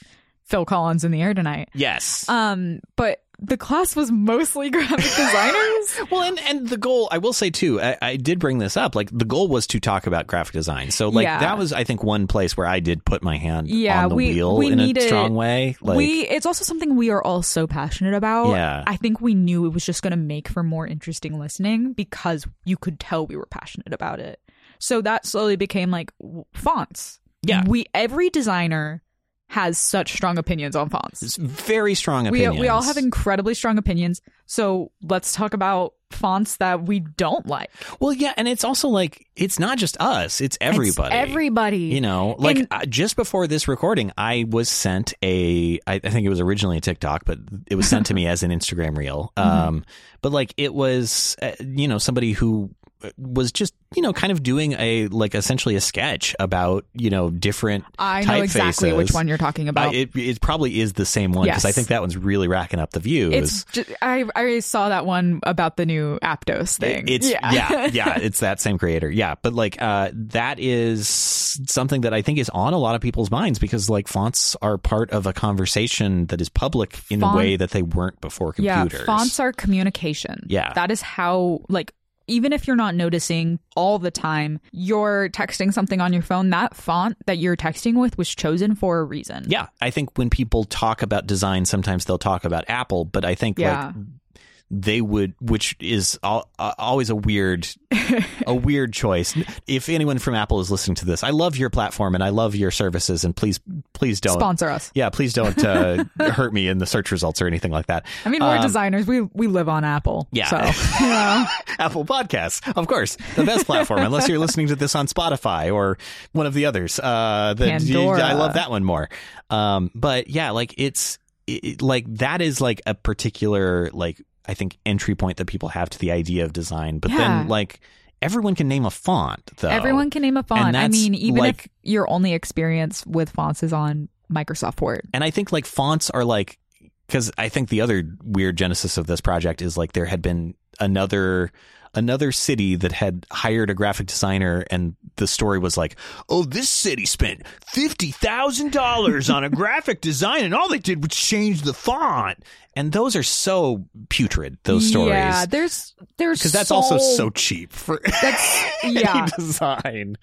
Speaker 1: Phil Collins in the air tonight.
Speaker 2: Yes.
Speaker 1: Um but the class was mostly graphic designers.
Speaker 2: well, and, and the goal, I will say too, I, I did bring this up. Like the goal was to talk about graphic design. So like
Speaker 1: Yeah.
Speaker 2: that was, I think, one place where I did put my hand
Speaker 1: Yeah,
Speaker 2: on the
Speaker 1: we-
Speaker 2: wheel
Speaker 1: we
Speaker 2: in
Speaker 1: needed-
Speaker 2: a strong way. Like
Speaker 1: we it's also something we are all so passionate about.
Speaker 2: Yeah.
Speaker 1: I think we knew it was just going to make for more interesting listening because you could tell we were passionate about it. So that slowly became like w- fonts.
Speaker 2: Yeah.
Speaker 1: We every designer has such strong opinions on fonts.
Speaker 2: it's very strong
Speaker 1: We
Speaker 2: opinions.
Speaker 1: we all have incredibly strong opinions. So let's talk about fonts that we don't like.
Speaker 2: Well, yeah, and it's also like it's not just us; it's
Speaker 1: It's
Speaker 2: everybody.
Speaker 1: everybody.
Speaker 2: You know, like
Speaker 1: And-
Speaker 2: uh, just before this recording, I was sent a, I, I think it was originally a TikTok, but it was sent to me as an Instagram reel. Um,
Speaker 1: Mm-hmm.
Speaker 2: But like it was, uh, you know, somebody who uh, was just, you know, kind of doing a, like essentially a sketch about, you know, different
Speaker 1: I know exactly
Speaker 2: typefaces.
Speaker 1: which one you're talking about.
Speaker 2: I- it, it probably is the same one because
Speaker 1: Yes.
Speaker 2: I think that one's really racking up the views.
Speaker 1: it's ju- I I saw that one about the new Aptos thing.
Speaker 2: It's yeah. yeah, it's that same creator. Yeah, but like uh that is something that I think is on a lot of people's minds because like fonts are part of a conversation that is public in
Speaker 1: Font-
Speaker 2: a way that they weren't before computers.
Speaker 1: Yeah, fonts are communication.
Speaker 2: Yeah.
Speaker 1: That is how, like, even if you're not noticing all the time, you're texting something on your phone, that font that you're texting with was chosen for a reason.
Speaker 2: yeah, I think when people talk about design sometimes they'll talk about Apple, but I think
Speaker 1: Yeah.
Speaker 2: like they would which is al- uh, always a weird a weird choice. If anyone from Apple is listening to this, I love your platform and I love your services and please please don't
Speaker 1: Sponsor us.
Speaker 2: Yeah, please don't uh, hurt me in the search results or anything like that.
Speaker 1: I mean, we're
Speaker 2: Um,
Speaker 1: designers. We we live on Apple.
Speaker 2: Yeah.
Speaker 1: So, you know,
Speaker 2: Apple Podcasts, of course, the best platform, unless you're listening to this on Spotify or one of the others. Uh, the,
Speaker 1: Pandora.
Speaker 2: I love that one more. Um, but yeah, like it's it, it- like that is like a particular like I think entry point that people have to the idea of design. But
Speaker 1: Yeah.
Speaker 2: then like everyone can name a font though.
Speaker 1: everyone can name a font. I
Speaker 2: that's
Speaker 1: mean, even if
Speaker 2: like-
Speaker 1: your only experience with fonts is on Microsoft Word.
Speaker 2: And I think like fonts are like because I think the other weird genesis of this project is like there had been another another city that had hired a graphic designer and the story was like oh this city spent $50,000 on a graphic design and all they did was change the font and those are so putrid those
Speaker 1: Yeah,
Speaker 2: stories
Speaker 1: there's there's
Speaker 2: because that's
Speaker 1: so,
Speaker 2: also so cheap for
Speaker 1: that's yeah.
Speaker 2: any design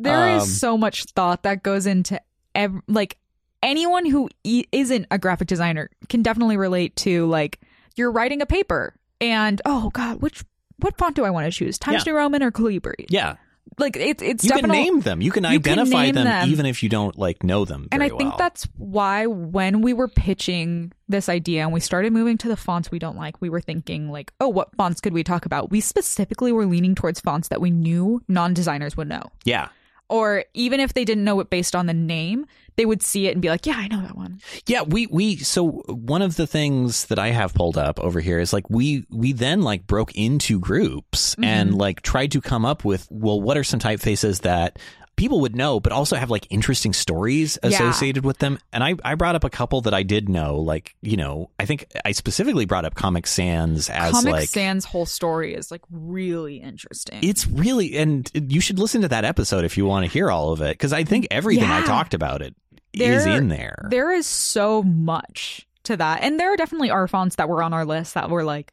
Speaker 1: There is
Speaker 2: Um,
Speaker 1: so much thought that goes into ev- like anyone who e- isn't a graphic designer can definitely relate to like you're writing a paper and oh god which what font do I want to choose Times New Roman or Calibri
Speaker 2: yeah
Speaker 1: like it's it's
Speaker 2: you can
Speaker 1: definitely
Speaker 2: name them you can
Speaker 1: you can
Speaker 2: identify
Speaker 1: name
Speaker 2: them,
Speaker 1: them.
Speaker 2: even if you don't like know them
Speaker 1: and I
Speaker 2: very
Speaker 1: think
Speaker 2: well.
Speaker 1: that's why when we were pitching this idea and we started moving to the fonts we don't like we were thinking like oh what fonts could we talk about we specifically were leaning towards fonts that we knew non-designers would know
Speaker 2: yeah
Speaker 1: or even if they didn't know it based on the name, they would see it and be like, "Yeah, I know that one."
Speaker 2: Yeah, we we so one of the things that I have pulled up over here is like we we then like broke into groups
Speaker 1: Mm-hmm.
Speaker 2: and like tried to come up with well what are some typefaces that people would know but also have like interesting stories
Speaker 1: Yeah.
Speaker 2: associated with them and I I brought up a couple that I did know like you know I think I specifically brought up Comic Sans as
Speaker 1: Comic
Speaker 2: like
Speaker 1: Sans whole story is like really interesting.
Speaker 2: it's really and you should listen to that episode if you want to hear all of it because I think everything I
Speaker 1: Yeah.
Speaker 2: talked about it is
Speaker 1: There-
Speaker 2: in there.
Speaker 1: there is so much to that, and there are definitely are fonts that were on our list that were like,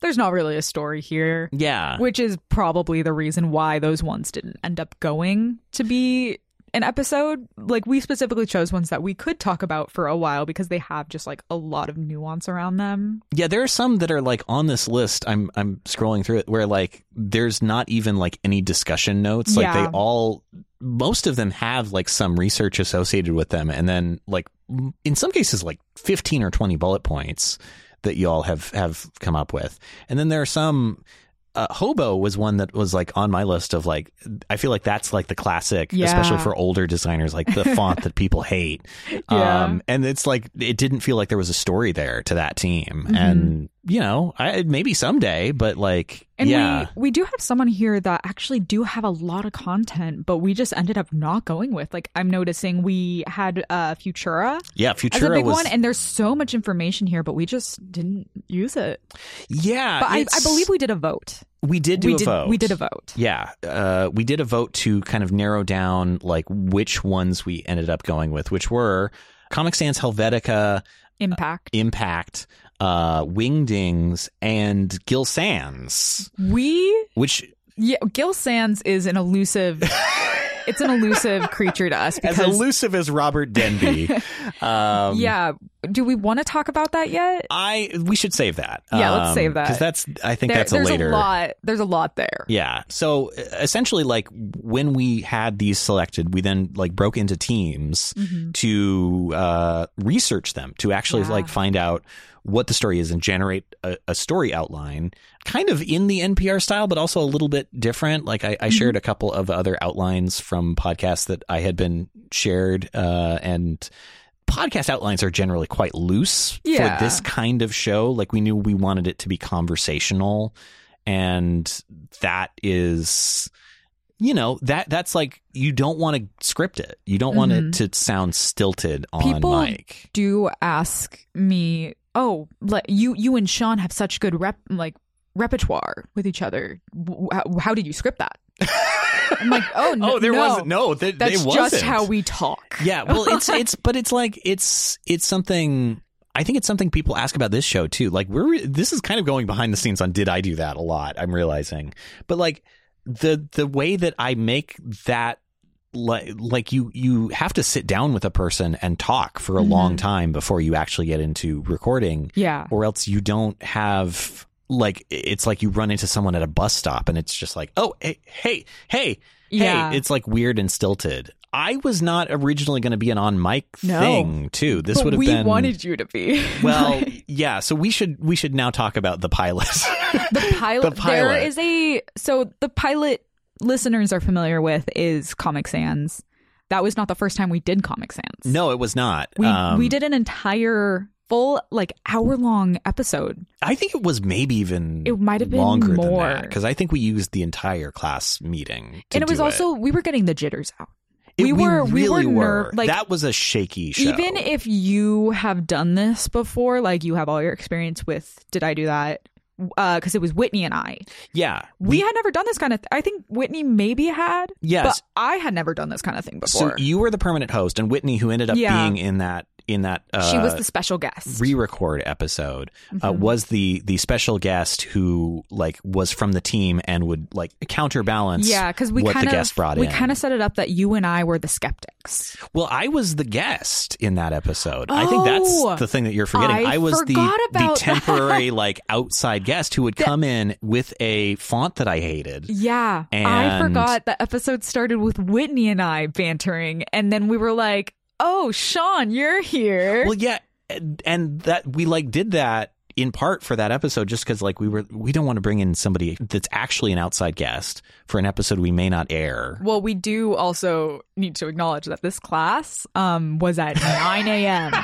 Speaker 1: "There's not really a story here."
Speaker 2: yeah.
Speaker 1: which is probably the reason why those ones didn't end up going to be an episode. Like we specifically chose ones that we could talk about for a while because they have just like a lot of nuance around them.
Speaker 2: Yeah, there are some that are like on this list. I'm I'm scrolling through it where like there's not even like any discussion notes. Like
Speaker 1: Yeah.
Speaker 2: they all most of them have like some research associated with them and then like m- in some cases like 15 or 20 bullet points that y'all have have come up with. And then there are some uh, hobo was one that was like on my list of like I feel like that's like the classic especially
Speaker 1: Yeah.
Speaker 2: for older designers like the font that people hate
Speaker 1: Yeah.
Speaker 2: um, and it's like it didn't feel like there was a story there to that team,
Speaker 1: Mm-hmm.
Speaker 2: and you know, I, maybe someday, but like,
Speaker 1: And
Speaker 2: yeah,
Speaker 1: we we do have someone here that actually do have a lot of content, but we just ended up not going with. Like I'm noticing we had uh Futura
Speaker 2: yeah,
Speaker 1: as a
Speaker 2: Futura
Speaker 1: big
Speaker 2: was,
Speaker 1: one, and there's so much information here, but we just didn't use it.
Speaker 2: yeah,
Speaker 1: But I, I
Speaker 2: Uh, it's-
Speaker 1: believe we did a vote.
Speaker 2: we did do
Speaker 1: we
Speaker 2: a
Speaker 1: did
Speaker 2: vote.
Speaker 1: we did a vote.
Speaker 2: Yeah, uh, we did a vote to kind of narrow down like which ones we ended up going with, which were Comic Sans Helvetica,
Speaker 1: Impact.
Speaker 2: Impact, uh, Wingdings, and Gil Sans,
Speaker 1: We
Speaker 2: which
Speaker 1: Yeah, Gil Sans is an elusive. it's an elusive creature to us
Speaker 2: as
Speaker 1: because.
Speaker 2: elusive as Robert Denby. um,
Speaker 1: yeah, do we want to talk about that yet?
Speaker 2: I we should save that.
Speaker 1: Yeah, let's save that.
Speaker 2: because that's I think
Speaker 1: There-
Speaker 2: that's a
Speaker 1: there's
Speaker 2: later.
Speaker 1: a lot. There's a lot there.
Speaker 2: Yeah. So uh, essentially, like when we had these selected, we then like broke into teams
Speaker 1: Mhm.
Speaker 2: to uh, research them to actually
Speaker 1: Yeah.
Speaker 2: like find out what the story is and generate a, a story outline, kind of in the NPR style, but also a little bit different. Like I, I
Speaker 1: Mm-hmm.
Speaker 2: shared a couple of other outlines from podcasts that I had been shared, uh, and podcast outlines are generally quite loose
Speaker 1: Yeah.
Speaker 2: for this kind of show. Like we knew we wanted it to be conversational, and that is you know that that's like you don't want to script it you don't want it to sound stilted on
Speaker 1: Mm-hmm. People-
Speaker 2: mic
Speaker 1: Do ask me. Oh, like you, you and Sean have such good rep, like repertoire with each other. W- How, how did you script that? I'm like, oh no, no,
Speaker 2: no th-
Speaker 1: That's just how we talk.
Speaker 2: yeah well it's it's but it's like it's it's something i think it's something people ask about this show too like we're re- this is kind of going behind the scenes on did i do that a lot i'm realizing but like the the way that i make that like like you you have to sit down with a person and talk for a long time before you actually get into recording
Speaker 1: Yeah.
Speaker 2: or else you don't have like it's like you run into someone at a bus stop and it's just like oh hey hey hey
Speaker 1: Yeah.
Speaker 2: hey it's like weird and stilted i was not originally going to be an on mic
Speaker 1: No.
Speaker 2: thing too this
Speaker 1: but
Speaker 2: would have
Speaker 1: we
Speaker 2: been
Speaker 1: wanted you to be.
Speaker 2: well yeah so we should we should now talk about the pilot
Speaker 1: the pilot,
Speaker 2: The pilot.
Speaker 1: There is a so the pilot listeners are familiar with is Comic Sans. That was not the first time we did Comic Sans.
Speaker 2: no it was not
Speaker 1: we
Speaker 2: Um,
Speaker 1: we did an entire full like hour long episode.
Speaker 2: i think it was maybe even
Speaker 1: It might have been
Speaker 2: longer
Speaker 1: more.
Speaker 2: than that because i think we used the entire class meeting to
Speaker 1: And it was
Speaker 2: do
Speaker 1: also we were getting the jitters out.
Speaker 2: It-
Speaker 1: we were- we
Speaker 2: really
Speaker 1: were ner- like-
Speaker 2: that was a shaky show
Speaker 1: Even if you have done this before, like you have all your experience with did I do that? Uh, cuz it was Whitney and I.
Speaker 2: yeah
Speaker 1: We, had never done this kind of th- I think Whitney maybe had,
Speaker 2: yes
Speaker 1: but I had never done this kind of thing
Speaker 2: So
Speaker 1: before.
Speaker 2: you were the permanent host, and Whitney, who ended up
Speaker 1: Yeah.
Speaker 2: being in that in that uh,
Speaker 1: she was the special guest.
Speaker 2: re-record episode, uh,
Speaker 1: Mm-hmm.
Speaker 2: was the the special guest who like was from the team and would like counterbalance.
Speaker 1: Yeah, because we
Speaker 2: what
Speaker 1: kind
Speaker 2: the
Speaker 1: of
Speaker 2: guest brought
Speaker 1: we
Speaker 2: in.
Speaker 1: kind of set it up that you and I were the skeptics.
Speaker 2: well, I was the guest in that episode. I think
Speaker 1: Oh!
Speaker 2: that's the thing that you're forgetting.
Speaker 1: I
Speaker 2: I, was the
Speaker 1: forgot
Speaker 2: the
Speaker 1: about
Speaker 2: temporary like outside guest who would come in with a font that I hated.
Speaker 1: Yeah, I
Speaker 2: And-
Speaker 1: forgot the episode started with Whitney and I bantering, and then we were like, "Oh, Sean, you're here."
Speaker 2: Well, yeah, and, and that we like did that in part for that episode just because like we were we don't want to bring in somebody that's actually an outside guest for an episode we may not air.
Speaker 1: Well, we do also need to acknowledge that this class um, was at 9 a.m.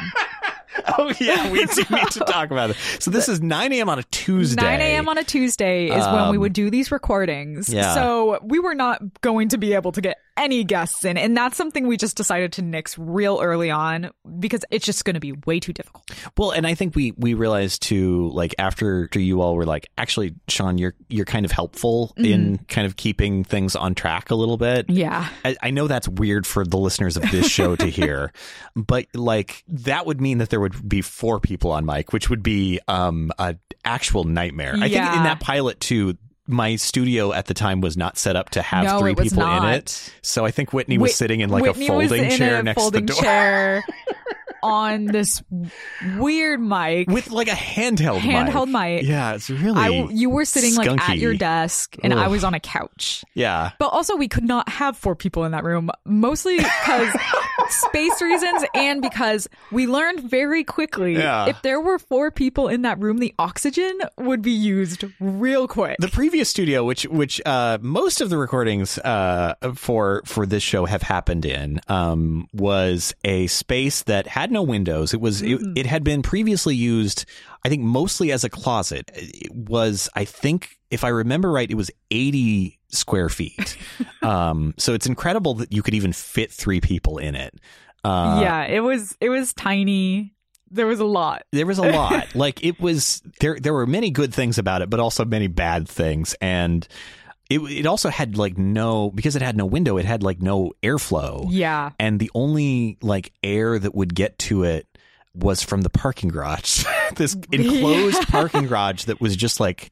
Speaker 2: Oh yeah, we do need to talk about it. So this is 9 a.m. on a Tuesday.
Speaker 1: 9 a.m. on a Tuesday is when we would do these recordings.
Speaker 2: yeah.
Speaker 1: So we were not going to be able to get any guests in. And that's something we just decided to nix real early on because it's just going to be way too difficult.
Speaker 2: Well, and I think we we realized too, like after after you all were like, actually, Sean, you're you're kind of helpful in
Speaker 1: Mm-hmm.
Speaker 2: kind of keeping things on track a little bit.
Speaker 1: Yeah.
Speaker 2: I, I know that's weird for the listeners of this show to hear, but like that would mean that there would be four people on mic, which would be um a actual nightmare. I think in
Speaker 1: Yeah.
Speaker 2: that pilot too. My studio at the time was not set up to have
Speaker 1: No,
Speaker 2: three
Speaker 1: it was
Speaker 2: people in
Speaker 1: not.
Speaker 2: it, so I think Whitney was
Speaker 1: Whit-
Speaker 2: sitting in like
Speaker 1: Whitney
Speaker 2: a folding
Speaker 1: was in
Speaker 2: chair
Speaker 1: a
Speaker 2: next
Speaker 1: folding
Speaker 2: to the door
Speaker 1: chair on this weird mic.
Speaker 2: with like a handheld
Speaker 1: Handheld mic.
Speaker 2: mic. Yeah, it's really
Speaker 1: I, you were sitting like at
Speaker 2: skunky.
Speaker 1: your desk and I
Speaker 2: Ugh.
Speaker 1: was on a couch.
Speaker 2: Yeah.
Speaker 1: But also, we could not have four people in that room, mostly because space reasons and because we learned very quickly
Speaker 2: Yeah.
Speaker 1: if there were four people in that room, the oxygen would be used real quick.
Speaker 2: The previous studio, which which uh, most of the recordings uh, for for this show have happened in, um, was a space that had no windows. It was it, it had been previously used, I think, mostly as a closet. It was, I think, if I remember right, it was eighty square feet. um, so it's incredible that you could even fit three people in it. Uh,
Speaker 1: yeah, it was it was tiny. There was a lot.
Speaker 2: there was a lot. like it was there. There were many good things about it, but also many bad things. And it it also had like no because it had no window. It had like no airflow,
Speaker 1: Yeah.
Speaker 2: and the only like air that would get to it was from the parking garage. this enclosed parking garage that was just like.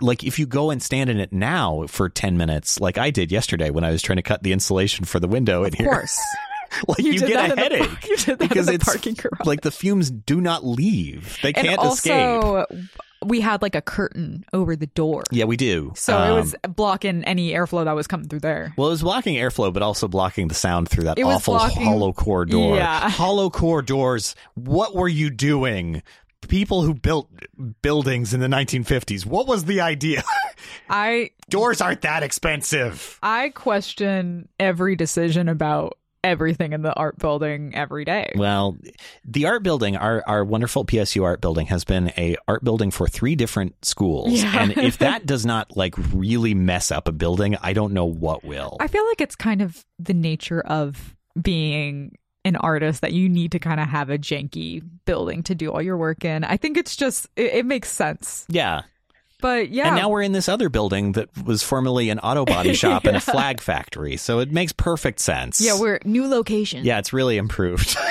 Speaker 2: Like if you go and stand in it now for ten minutes, like I did yesterday when I was trying to cut the insulation for the window in
Speaker 1: Of
Speaker 2: here,
Speaker 1: course.
Speaker 2: like you,
Speaker 1: did
Speaker 2: get
Speaker 1: that in
Speaker 2: a
Speaker 1: the par-
Speaker 2: headache
Speaker 1: you did that in
Speaker 2: because
Speaker 1: the
Speaker 2: it's
Speaker 1: parking garage.
Speaker 2: like the fumes do not leave; they
Speaker 1: and
Speaker 2: can't escape.
Speaker 1: also, we had like a curtain over the door.
Speaker 2: Yeah, we do.
Speaker 1: So
Speaker 2: Um,
Speaker 1: it was blocking any airflow that was coming through there.
Speaker 2: well, it was blocking airflow, but also blocking the sound through that
Speaker 1: It was
Speaker 2: awful
Speaker 1: blocking-
Speaker 2: hollow core door.
Speaker 1: Yeah.
Speaker 2: Hollow core doors. What were you doing? People who built buildings in the 1950s. What was the idea?
Speaker 1: I
Speaker 2: doors aren't that expensive.
Speaker 1: I question every decision about everything in the art building every day.
Speaker 2: Well, the art building, our our wonderful PSU art building, has been a art building for three different schools,
Speaker 1: Yeah.
Speaker 2: and if that does not like really mess up a building, I don't know what will.
Speaker 1: I feel like it's kind of the nature of being an artist that you need to kind of have a janky building to do all your work in. I think it's just it, it makes sense.
Speaker 2: yeah,
Speaker 1: But yeah,
Speaker 2: And now we're in this other building that was formerly an auto body shop and a flag factory. So it makes perfect sense.
Speaker 1: yeah, we're new location.
Speaker 2: Yeah, it's really improved.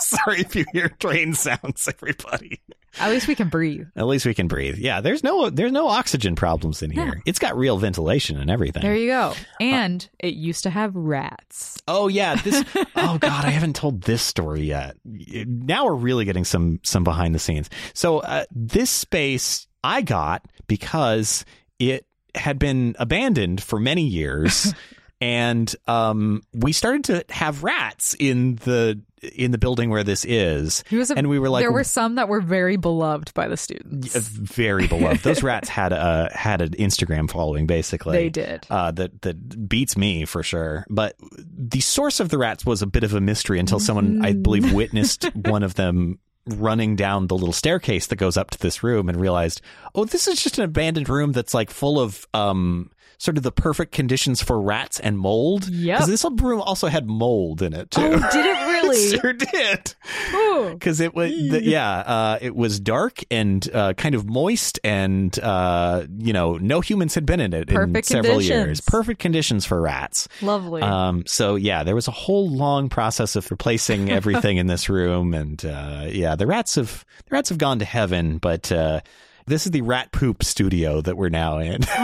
Speaker 2: Sorry if you hear train sounds, everybody.
Speaker 1: At least we can breathe.
Speaker 2: At least we can breathe. Yeah, there's no there's no oxygen problems in here. It's got real ventilation and everything.
Speaker 1: There you go. And it used to have rats.
Speaker 2: oh yeah, this Oh god, I haven't told this story yet. Now we're really getting some some behind the scenes. So uh, this space I got because it had been abandoned for many years and um, we started to have rats in the in the building where this is.
Speaker 1: It was a-
Speaker 2: and we were like
Speaker 1: there were some that were very beloved by the students.
Speaker 2: uh, very beloved. Those rats had a had an Instagram following, basically.
Speaker 1: They did.
Speaker 2: Uh, that that beats me for sure. But the source of the rats was a bit of a mystery until someone,
Speaker 1: Mm-hmm.
Speaker 2: I believe, witnessed one of them running down the little staircase that goes up to this room and realized, oh, this is just an abandoned room that's like full of um sort of the perfect conditions for rats and mold.
Speaker 1: Yep.
Speaker 2: this room also had mold in it too.
Speaker 1: Oh, did it
Speaker 2: It
Speaker 1: really?
Speaker 2: sure did
Speaker 1: Ooh.
Speaker 2: because it was the, yeah uh, it was dark and uh, kind of moist and uh, you know no humans had been in it in
Speaker 1: Perfect
Speaker 2: several years
Speaker 1: conditions.
Speaker 2: perfect conditions for rats
Speaker 1: Lovely.
Speaker 2: um, so yeah there was a whole long process of replacing everything in this room and uh, yeah the rats have the rats have gone to heaven but uh, this is the rat poop studio that we're now in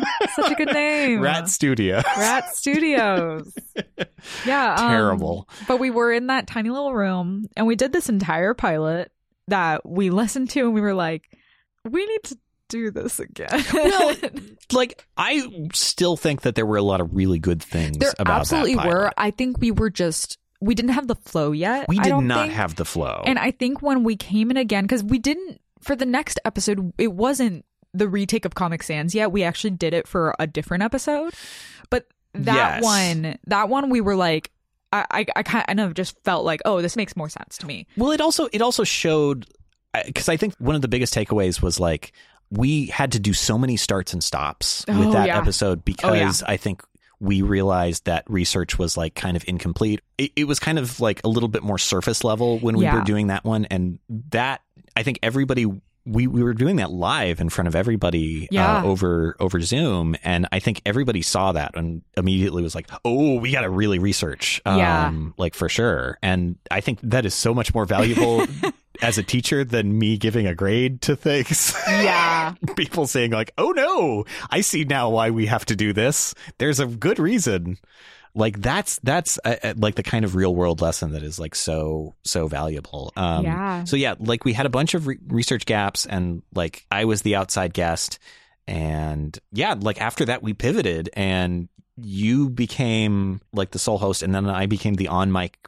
Speaker 1: Uh-huh. Aw, such a good name.
Speaker 2: rat studio
Speaker 1: Rat Studios. Yeah. um,
Speaker 2: Terrible.
Speaker 1: But we were in that tiny little room and we did this entire pilot that we listened to and we were like, we need to do this again.
Speaker 2: Well, like I still think that there were a lot of really good things
Speaker 1: there
Speaker 2: about
Speaker 1: absolutely
Speaker 2: that
Speaker 1: were.
Speaker 2: pilot.
Speaker 1: I think we were just we didn't have the flow yet.
Speaker 2: We
Speaker 1: I
Speaker 2: did
Speaker 1: don't
Speaker 2: not
Speaker 1: think.
Speaker 2: have the flow.
Speaker 1: And I think when we came in again, because we didn't for the next episode, it wasn't the retake of Comic Sans yet. We actually did it for a different episode, but that
Speaker 2: Yes.
Speaker 1: one, that one, we were like, I, I, I kind of just felt like, oh, this makes more sense to me.
Speaker 2: Well, it also it also showed because I think one of the biggest takeaways was like we had to do so many starts and stops
Speaker 1: Oh,
Speaker 2: with that
Speaker 1: yeah.
Speaker 2: episode because I think we realized that research was like kind of incomplete. It, it was kind of like a little bit more surface level when we
Speaker 1: Yeah.
Speaker 2: were doing that one, and that I think everybody. We, we were doing that live in front of everybody
Speaker 1: Yeah.
Speaker 2: uh, over over Zoom, and I think everybody saw that and immediately was like, "Oh, we got to really research."
Speaker 1: Yeah.
Speaker 2: um, like for sure. And I think that is so much more valuable as a teacher than me giving a grade to things.
Speaker 1: Yeah,
Speaker 2: People saying like, "Oh no, I see now why we have to do this. There's a good reason." Like that's that's uh, uh, like the kind of real world lesson that is like so so valuable. Um,
Speaker 1: Yeah.
Speaker 2: So yeah, like we had a bunch of re- research gaps, and like I was the outside guest, and yeah, like after that we pivoted, and you became like the sole host, and then I became the on mic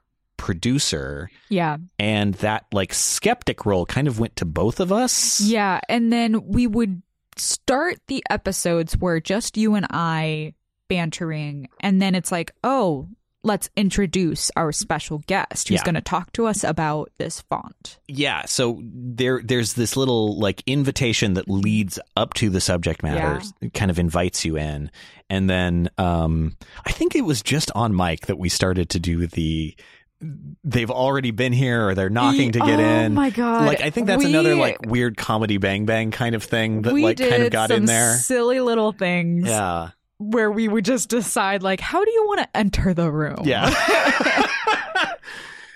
Speaker 2: producer,
Speaker 1: yeah,
Speaker 2: and that like skeptic role kind of went to both of us.
Speaker 1: yeah. And then we would start the episodes where just you and I bantering, and then it's like, oh, let's introduce our special guest who's
Speaker 2: Yeah.
Speaker 1: going to talk to us about this font.
Speaker 2: yeah so there there's this little like invitation that leads up to the subject matter It kind of invites you in and then um i think it was just on mic that we started to do the they've already been here or they're knocking to get
Speaker 1: oh
Speaker 2: in
Speaker 1: my god!
Speaker 2: like i think that's
Speaker 1: We-
Speaker 2: another like weird comedy bang bang kind of thing that
Speaker 1: we
Speaker 2: like
Speaker 1: did
Speaker 2: kind of got
Speaker 1: some
Speaker 2: in there
Speaker 1: silly little things
Speaker 2: yeah
Speaker 1: where we would just decide like, how do you want to enter the room?
Speaker 2: yeah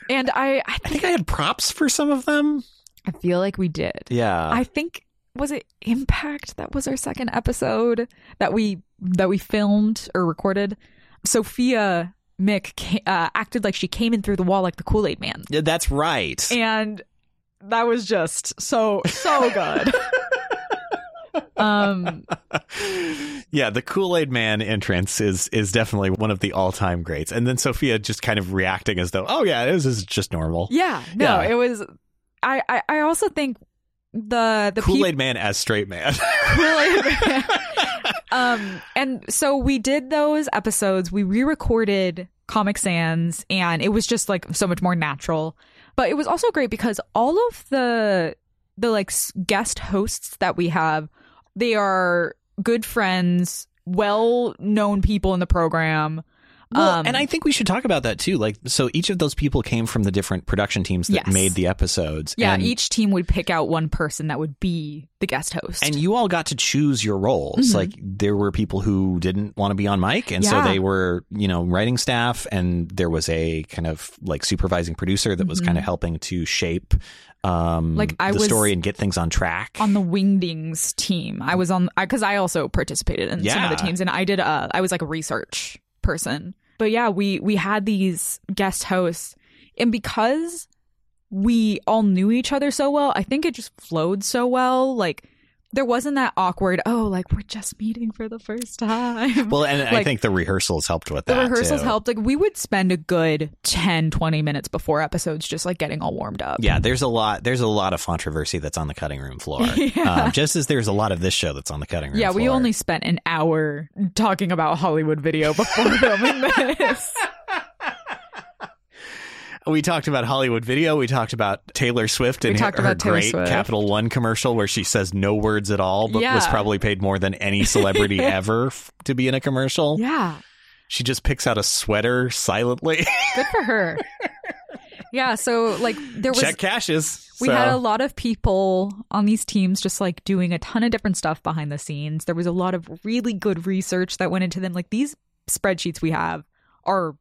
Speaker 1: and I, I
Speaker 2: i
Speaker 1: think
Speaker 2: think i had props for some of them
Speaker 1: I feel like we did.
Speaker 2: yeah
Speaker 1: I think was it Impact that was our second episode that we that we filmed or recorded. Sophia Mick ca- uh, acted like she came in through the wall like the Kool Aid Man,
Speaker 2: Yeah, that's right
Speaker 1: and that was just so so good. um
Speaker 2: yeah, the Kool Aid Man entrance is is definitely one of the all time greats. And then Sophia just kind of reacting as though, oh yeah, this is just normal.
Speaker 1: Yeah, no,
Speaker 2: Yeah.
Speaker 1: it was. I, I I also think the the
Speaker 2: Kool Aid Man as straight man.
Speaker 1: Kool-Aid. um, and so we did those episodes. We re-recorded Comic Sans, and it was just like so much more natural. But it was also great because all of the the like s- guest hosts that we have, they are good friends, well known people in the program.
Speaker 2: Well,
Speaker 1: Um,
Speaker 2: and I think we should talk about that too. Like, so each of those people came from the different production teams that
Speaker 1: Yes.
Speaker 2: made the episodes.
Speaker 1: yeah,
Speaker 2: and,
Speaker 1: each team would pick out one person that would be the guest host.
Speaker 2: and you all got to choose your roles.
Speaker 1: Mhm.
Speaker 2: Like, there were people who didn't want to be on mic, and so
Speaker 1: Yeah.
Speaker 2: they were, you know, writing staff, and there was a kind of like supervising producer that was
Speaker 1: Mhm.
Speaker 2: kind of helping to shape. Um,
Speaker 1: Like, I
Speaker 2: the
Speaker 1: was
Speaker 2: story and get things on track
Speaker 1: on the wingdings team i was on because I, also participated in some of the
Speaker 2: Yeah.
Speaker 1: teams and i did uh i was like a research person but yeah we we had these guest hosts and because we all knew each other so well i think it just flowed so well like there wasn't that awkward oh like we're just meeting for the first time
Speaker 2: Well, and I
Speaker 1: Like-
Speaker 2: think the rehearsals helped with
Speaker 1: the
Speaker 2: that.
Speaker 1: rehearsals
Speaker 2: too.
Speaker 1: helped like we would spend a good 10 20 minutes before episodes just like getting all warmed up
Speaker 2: Yeah, there's a lot. There's a lot of controversy that's on the cutting room floor.
Speaker 1: Yeah.
Speaker 2: um, just as there's a lot of this show that's on the cutting room.
Speaker 1: Yeah,
Speaker 2: floor.
Speaker 1: we only spent an hour talking about Hollywood video before filming this.
Speaker 2: we talked about Hollywood Video. We talked about Taylor Swift and
Speaker 1: talked
Speaker 2: her
Speaker 1: about Taylor
Speaker 2: great
Speaker 1: Swift.
Speaker 2: Capital One commercial where she says no words at all, but was
Speaker 1: Yeah.
Speaker 2: probably paid more than any celebrity ever f- to be in a commercial.
Speaker 1: Yeah,
Speaker 2: She just picks out a sweater silently.
Speaker 1: good for her. Yeah, so like there was
Speaker 2: Check cashes.
Speaker 1: we
Speaker 2: So-
Speaker 1: had a lot of people on these teams just like doing a ton of different stuff behind the scenes. There was a lot of really good research that went into them. Like these spreadsheets we have are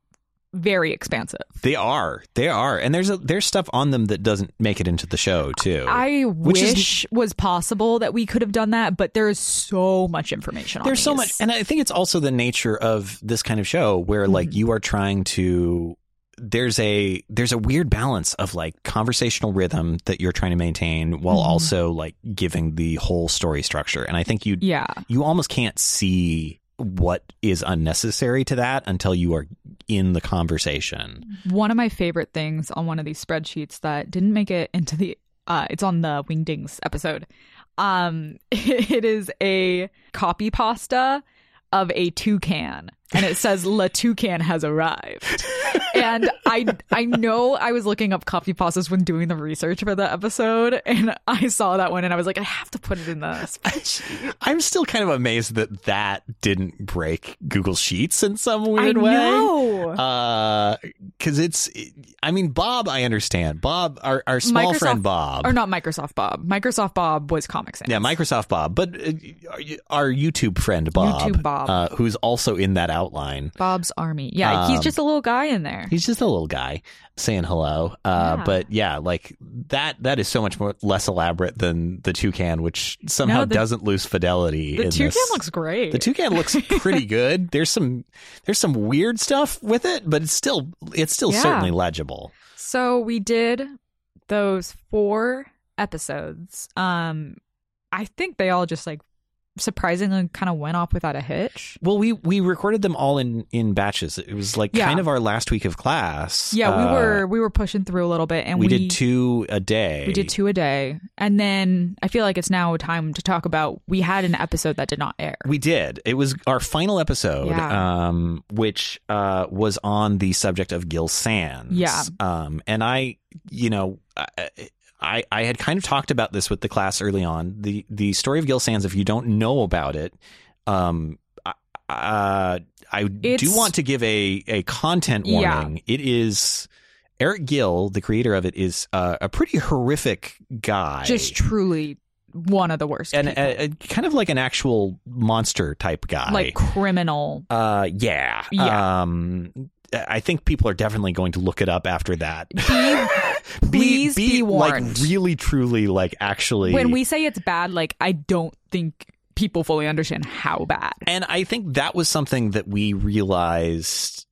Speaker 1: very expansive.
Speaker 2: they are. They are. And there's a, there's stuff on them that doesn't make it into the show too.
Speaker 1: I
Speaker 2: Which is-
Speaker 1: wish was possible that we could have done that, but there is so much information on
Speaker 2: There's so
Speaker 1: these.
Speaker 2: much, and I think it's also the nature of this kind of show where like
Speaker 1: Mm-hmm.
Speaker 2: you are trying to. There's a there's a weird balance of like conversational rhythm that you're trying to maintain while
Speaker 1: Mhm.
Speaker 2: also like giving the whole story structure, and I think you
Speaker 1: Yeah.
Speaker 2: you almost can't see what is unnecessary to that until you are in the conversation.
Speaker 1: One of my favorite things on one of these spreadsheets that didn't make it into the uh, it's on the Wingdings episode. Um, it is a copy pasta of a toucan, and it says La Toucan has arrived. and I I know I was looking up copy pastas when doing the research for the episode, and I saw that one, and I was like, I have to put it in the spreadsheet.
Speaker 2: I'm still kind of amazed that that didn't break Google Sheets in some weird
Speaker 1: I
Speaker 2: way.
Speaker 1: know.
Speaker 2: Because Uh, it's, I mean, Bob, I understand. Bob, our, our small
Speaker 1: Microsoft-
Speaker 2: friend Bob.
Speaker 1: or not Microsoft Bob. Microsoft Bob was Comic Sans.
Speaker 2: Yeah, Microsoft Bob, but uh, our YouTube friend Bob,
Speaker 1: YouTube Bob.
Speaker 2: Uh, who's also in that outline.
Speaker 1: Bob's Army. Yeah, he's
Speaker 2: Um,
Speaker 1: just a little guy in there.
Speaker 2: He's just a little guy saying hello. Uh,
Speaker 1: Yeah.
Speaker 2: But yeah, like that that is so much more less elaborate than the toucan, which somehow
Speaker 1: No, the-
Speaker 2: doesn't lose fidelity.
Speaker 1: The
Speaker 2: in
Speaker 1: toucan
Speaker 2: this.
Speaker 1: looks great.
Speaker 2: the toucan looks pretty good. There's some there's some weird stuff with it, but it's still it's still
Speaker 1: Yeah.
Speaker 2: certainly legible.
Speaker 1: So we did those four episodes. Um, I think they all just like surprisingly kind of went off without a hitch.
Speaker 2: Well, we we recorded them all in in batches. It was like
Speaker 1: Yeah.
Speaker 2: kind of our last week of class.
Speaker 1: Yeah, we
Speaker 2: Uh,
Speaker 1: were we were pushing through a little bit, and
Speaker 2: We,
Speaker 1: we,
Speaker 2: did two a day.
Speaker 1: We did two a day, and then I feel like it's now time to talk about. We had an episode that did not air.
Speaker 2: We did. It was our final episode,
Speaker 1: Yeah.
Speaker 2: um, which uh, was on the subject of Gil Sands.
Speaker 1: Yeah.
Speaker 2: Um, and I, you know, I, I I had kind of talked about this with the class early on. The the story of Gil Sands. If you don't know about it, um, I, uh, I do
Speaker 1: It's-
Speaker 2: want to give a a content
Speaker 1: Yeah.
Speaker 2: warning. It is. Eric Gill, the creator of it, is uh, a pretty horrific guy
Speaker 1: Just truly one of the worst,
Speaker 2: and
Speaker 1: people.
Speaker 2: a, a- kind of like an actual monster type guy.
Speaker 1: like criminal
Speaker 2: uh, yeah,
Speaker 1: Yeah.
Speaker 2: Um, I think people are definitely going to look it up after that.
Speaker 1: Be- please be warned.
Speaker 2: Like really, truly, like actually.
Speaker 1: when we say it's bad, like I don't think people fully understand how bad.
Speaker 2: and I think that was something that we realized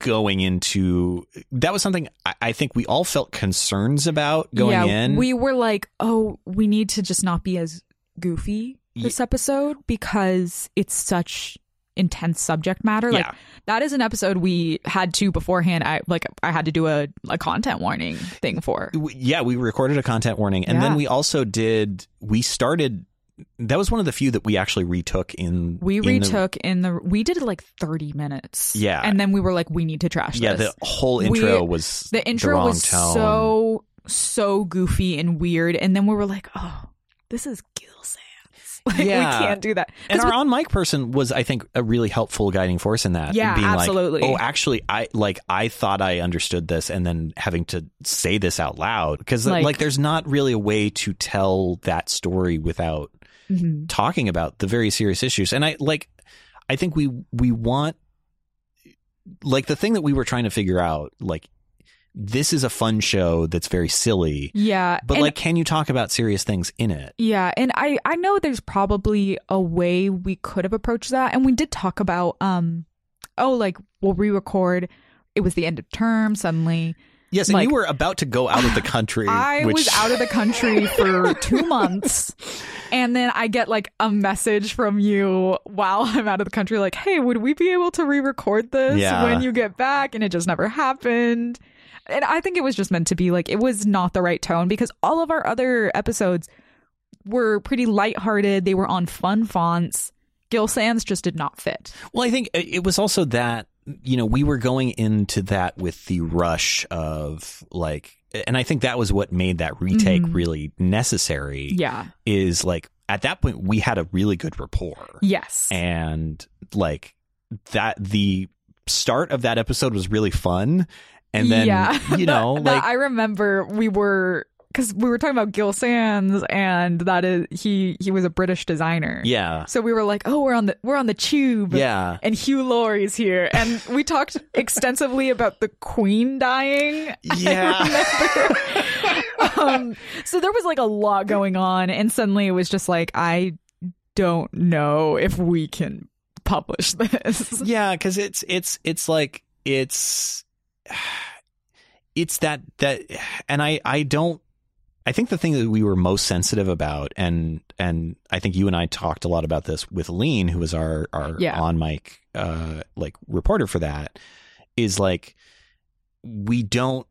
Speaker 2: going into. That was something I, I think we all felt concerns about going
Speaker 1: yeah,
Speaker 2: in.
Speaker 1: we were like, oh, we need to just not be as goofy this episode because it's such intense subject matter. Like
Speaker 2: Yeah.
Speaker 1: that is an episode we had to beforehand. I like I had to do a, a content warning thing for.
Speaker 2: W- yeah, we recorded a content warning, and then
Speaker 1: Yeah.
Speaker 2: we also did. We started. That was one of the few that we actually retook in.
Speaker 1: We
Speaker 2: in the-
Speaker 1: retook in the we did it like thirty minutes.
Speaker 2: Yeah.
Speaker 1: and then we were like, we need to trash
Speaker 2: yeah,
Speaker 1: this.
Speaker 2: the whole intro
Speaker 1: We-
Speaker 2: was
Speaker 1: the intro
Speaker 2: wrong
Speaker 1: was
Speaker 2: tone.
Speaker 1: so so goofy and weird and then we were like oh this is gil sands like
Speaker 2: Yeah.
Speaker 1: we can't do that 'Cause
Speaker 2: And our
Speaker 1: we-
Speaker 2: on mic person was, I think, a really helpful guiding force in that.
Speaker 1: Yeah,
Speaker 2: being
Speaker 1: absolutely.
Speaker 2: Like, oh, actually, I like I thought I understood this, and then having to say this out loud because like,
Speaker 1: Like-
Speaker 2: there's not really a way to tell that story without
Speaker 1: Mhm.
Speaker 2: talking about the very serious issues. And I like, I think we we want like the thing that we were trying to figure out like. This is a fun show that's very silly,
Speaker 1: yeah
Speaker 2: but
Speaker 1: and,
Speaker 2: like, can you talk about serious things in it?
Speaker 1: yeah and i i know there's probably a way we could have approached that and we did talk about um oh like we'll re-record it was the end of term suddenly
Speaker 2: Yes, and
Speaker 1: Like-
Speaker 2: you were about to go out of the country.
Speaker 1: I
Speaker 2: which,
Speaker 1: was out of the country for two months. And then I get like a message from you while I'm out of the country, like, hey, would we be able to re record this
Speaker 2: Yeah.
Speaker 1: when you get back? And it just never happened. And I think it was just meant to be like, it was not the right tone because all of our other episodes were pretty lighthearted. They were on fun fonts. Gil Sands just did not fit.
Speaker 2: Well, I think it was also that you know we were going into that with the rush of like, and I think that was what made that retake
Speaker 1: Mhm.
Speaker 2: really necessary.
Speaker 1: Yeah.
Speaker 2: is like at that point we had a really good rapport,
Speaker 1: Yes.
Speaker 2: and like that the start of that episode was really fun, and then
Speaker 1: yeah.
Speaker 2: you know
Speaker 1: That- that
Speaker 2: like
Speaker 1: I remember we were because we were talking about Gil Sands, and that is he he was a British designer.
Speaker 2: yeah
Speaker 1: So we were like, oh, we're on the we're on the tube.
Speaker 2: yeah
Speaker 1: And Hugh Laurie's here, and we talked extensively about the Queen dying.
Speaker 2: yeah.
Speaker 1: Um, so there was like a lot going on, and suddenly it was just like, I don't know if we can publish this.
Speaker 2: yeah because it's it's it's like it's it's that that and i i don't i think the thing that we were most sensitive about and and i think you and i talked a lot about this with lean who was our our
Speaker 1: Yeah.
Speaker 2: on mic uh like reporter for that is like we don't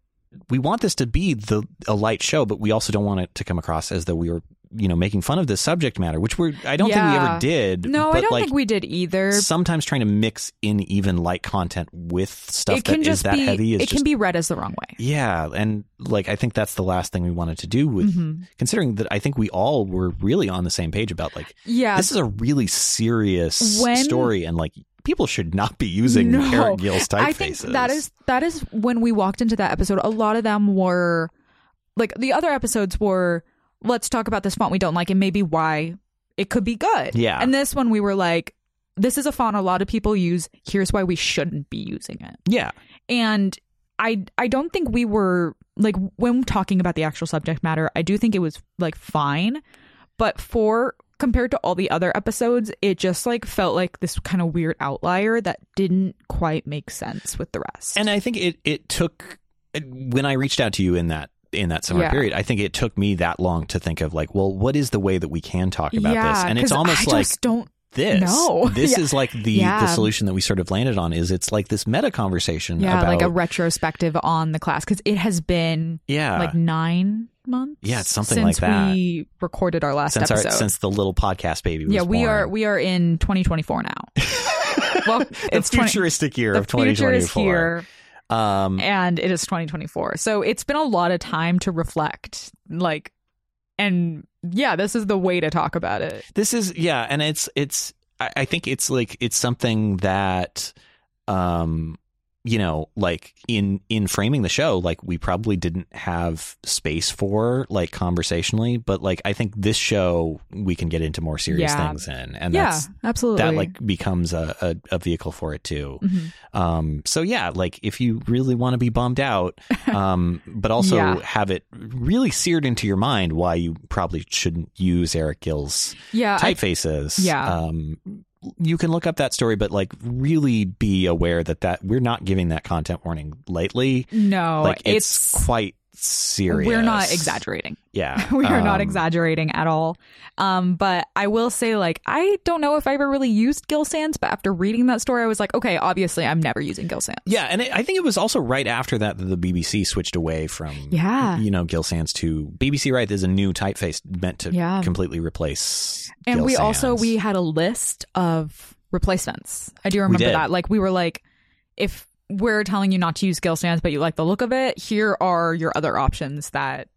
Speaker 2: we want this to be the a light show, but we also don't want it to come across as though we were you know making fun of this subject matter, which we're I don't think we
Speaker 1: Yeah.
Speaker 2: ever did.
Speaker 1: No,
Speaker 2: but
Speaker 1: I don't
Speaker 2: like,
Speaker 1: think we did either.
Speaker 2: Sometimes trying to mix in even light content with stuff
Speaker 1: It can
Speaker 2: that is
Speaker 1: just
Speaker 2: that
Speaker 1: be
Speaker 2: heavy is
Speaker 1: it
Speaker 2: just
Speaker 1: can be read as the wrong way.
Speaker 2: yeah, and like I think that's the last thing we wanted to do with
Speaker 1: Mhm.
Speaker 2: considering that I think we all were really on the same page about like
Speaker 1: Yeah,
Speaker 2: this is a really serious
Speaker 1: When-
Speaker 2: story and like people should not be using
Speaker 1: No.
Speaker 2: Eric Gill's typefaces.
Speaker 1: I think that is that is when we walked into that episode. A lot of them were like the other episodes were. Let's talk about this font we don't like and maybe why it could be good.
Speaker 2: Yeah.
Speaker 1: And this one we were like, this is a font a lot of people use. Here's why we shouldn't be using it.
Speaker 2: yeah.
Speaker 1: And I I don't think we were like when talking about the actual subject matter. I do think it was like fine, but for compared to all the other episodes, it just like felt like this kind of weird outlier that didn't quite make sense with the rest.
Speaker 2: And I think it it took when I reached out to you in that in that summer
Speaker 1: Yeah.
Speaker 2: period, I think it took me that long to think of like, well, what is the way that we can talk about this? And it's
Speaker 1: 'cause
Speaker 2: almost
Speaker 1: I
Speaker 2: like
Speaker 1: just don't.
Speaker 2: this.
Speaker 1: No.
Speaker 2: This
Speaker 1: Yeah.
Speaker 2: is like the the
Speaker 1: Yeah.
Speaker 2: solution that we sort of landed on is it's like this meta conversation
Speaker 1: Yeah,
Speaker 2: about
Speaker 1: like a retrospective on the class because it has been
Speaker 2: yeah.
Speaker 1: like nine months.
Speaker 2: Uh, Yeah, it's something
Speaker 1: since
Speaker 2: like that.
Speaker 1: We recorded our last
Speaker 2: since our,
Speaker 1: episode.
Speaker 2: since the little podcast baby was
Speaker 1: yeah, we
Speaker 2: born.
Speaker 1: are we are in 2024 now. well,
Speaker 2: the
Speaker 1: it's 20
Speaker 2: futuristic year
Speaker 1: the
Speaker 2: of
Speaker 1: future
Speaker 2: 2024.
Speaker 1: is here
Speaker 2: Um,
Speaker 1: and it is 2024 so it's been a lot of time to reflect like and yeah this is the way to talk about it
Speaker 2: this is yeah and it's it's i I think it's like it's something that um you know like in in framing the show like we probably didn't have space for like conversationally but like i think this show we can get into more serious
Speaker 1: Yeah.
Speaker 2: things in and
Speaker 1: yeah
Speaker 2: that's
Speaker 1: absolutely
Speaker 2: that like becomes a, a, a vehicle for it too
Speaker 1: Mhm.
Speaker 2: um so yeah like if you really want to be bummed out um but also
Speaker 1: Yeah.
Speaker 2: have it really seared into your mind why you probably shouldn't use eric gill's
Speaker 1: yeah I-
Speaker 2: typefaces.
Speaker 1: yeah.
Speaker 2: Um, you can look up that story, but like really be aware that that we're not giving that content warning lightly.
Speaker 1: no
Speaker 2: like
Speaker 1: Oh, it's,
Speaker 2: it's, quite serious.
Speaker 1: we're not exaggerating
Speaker 2: Yeah,
Speaker 1: we are not
Speaker 2: Um,
Speaker 1: exaggerating at all um but i will say like i don't know if i ever really used gill sands but after reading that story i was like okay obviously i'm never using gill sands
Speaker 2: Yeah, and it, I think it was also right after that that the BBC switched away from
Speaker 1: Yeah.
Speaker 2: you know Gil Sans to BBC Right is a new typeface meant to
Speaker 1: Yeah.
Speaker 2: completely replace
Speaker 1: and
Speaker 2: Gil
Speaker 1: we also
Speaker 2: Sans.
Speaker 1: we had a list of replacements i do remember
Speaker 2: did.
Speaker 1: that like we were like if we're telling you not to use gill stands but you like the look of it here are your other options that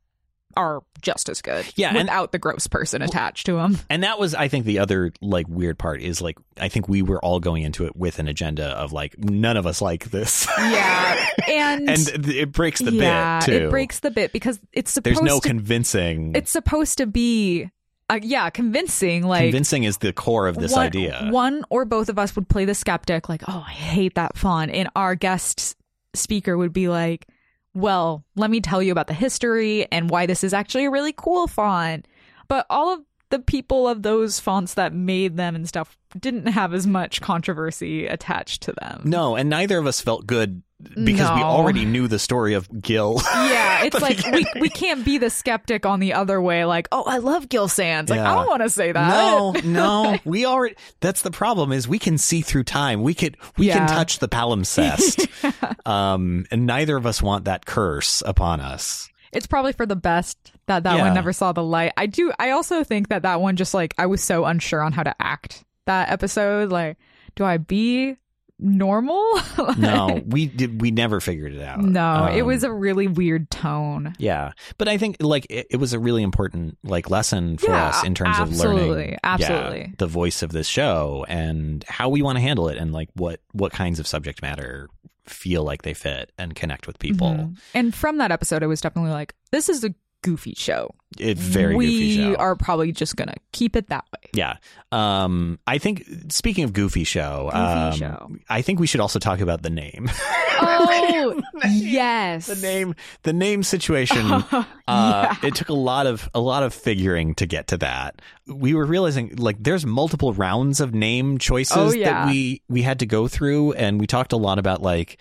Speaker 1: are just as good
Speaker 2: Yeah, and-
Speaker 1: without the gross person attached to them
Speaker 2: And that was, I think, the other like weird part is like I think we were all going into it with an agenda of like none of us like this.
Speaker 1: yeah and,
Speaker 2: and th- it breaks the
Speaker 1: yeah
Speaker 2: bit too.
Speaker 1: it breaks the bit because it's supposed
Speaker 2: There's no
Speaker 1: to
Speaker 2: convincing.
Speaker 1: it's supposed to be uh, yeah convincing like
Speaker 2: convincing is the core of this
Speaker 1: one,
Speaker 2: idea.
Speaker 1: One or both of us would play the skeptic, like, oh, I hate that font. And our guest speaker would be like, well, let me tell you about the history and why this is actually a really cool font. But all of the people of those fonts that made them and stuff didn't have as much controversy attached to them.
Speaker 2: no, and neither of us felt good because we
Speaker 1: No.
Speaker 2: already knew the story of Gil.
Speaker 1: Yeah, it's like we, we can't be the skeptic on the other way, like, oh, I love Gil Sands. Like,
Speaker 2: Yeah.
Speaker 1: I don't want to say that.
Speaker 2: No, no, we already. That's the problem is we can see through time. We could we can
Speaker 1: Yeah.
Speaker 2: touch the palimpsest. Um, and neither of us want that curse upon us.
Speaker 1: it's probably for the best that that
Speaker 2: Yeah.
Speaker 1: one never saw the light. I do. I also think that that one just like I was so unsure on how to act that episode. Like, do I be normal? Like,
Speaker 2: No, we did. We never figured it out.
Speaker 1: no. it
Speaker 2: Um,
Speaker 1: was a really weird tone.
Speaker 2: Yeah, but I think like it, it was a really important like lesson for
Speaker 1: Yeah,
Speaker 2: us in terms of
Speaker 1: absolutely,
Speaker 2: learning, yeah,
Speaker 1: absolutely.
Speaker 2: the voice of this show and how we want to handle it, and like what what kinds of subject matter feel like they fit and connect with people.
Speaker 1: Mhm. And from that episode, I was definitely like, this is a goofy show.
Speaker 2: It very
Speaker 1: we
Speaker 2: goofy show.
Speaker 1: are probably just gonna keep it that way.
Speaker 2: yeah. Um, I think speaking of goofy show,
Speaker 1: Goofy
Speaker 2: um,
Speaker 1: show.
Speaker 2: I think we should also talk about the name,
Speaker 1: Oh yes,
Speaker 2: the name, the name situation.
Speaker 1: Oh,
Speaker 2: Uh, it took a lot of a lot of figuring to get to that. We were realizing like there's multiple rounds of name choices
Speaker 1: Oh,
Speaker 2: that
Speaker 1: yeah.
Speaker 2: we we had to go through, and we talked a lot about like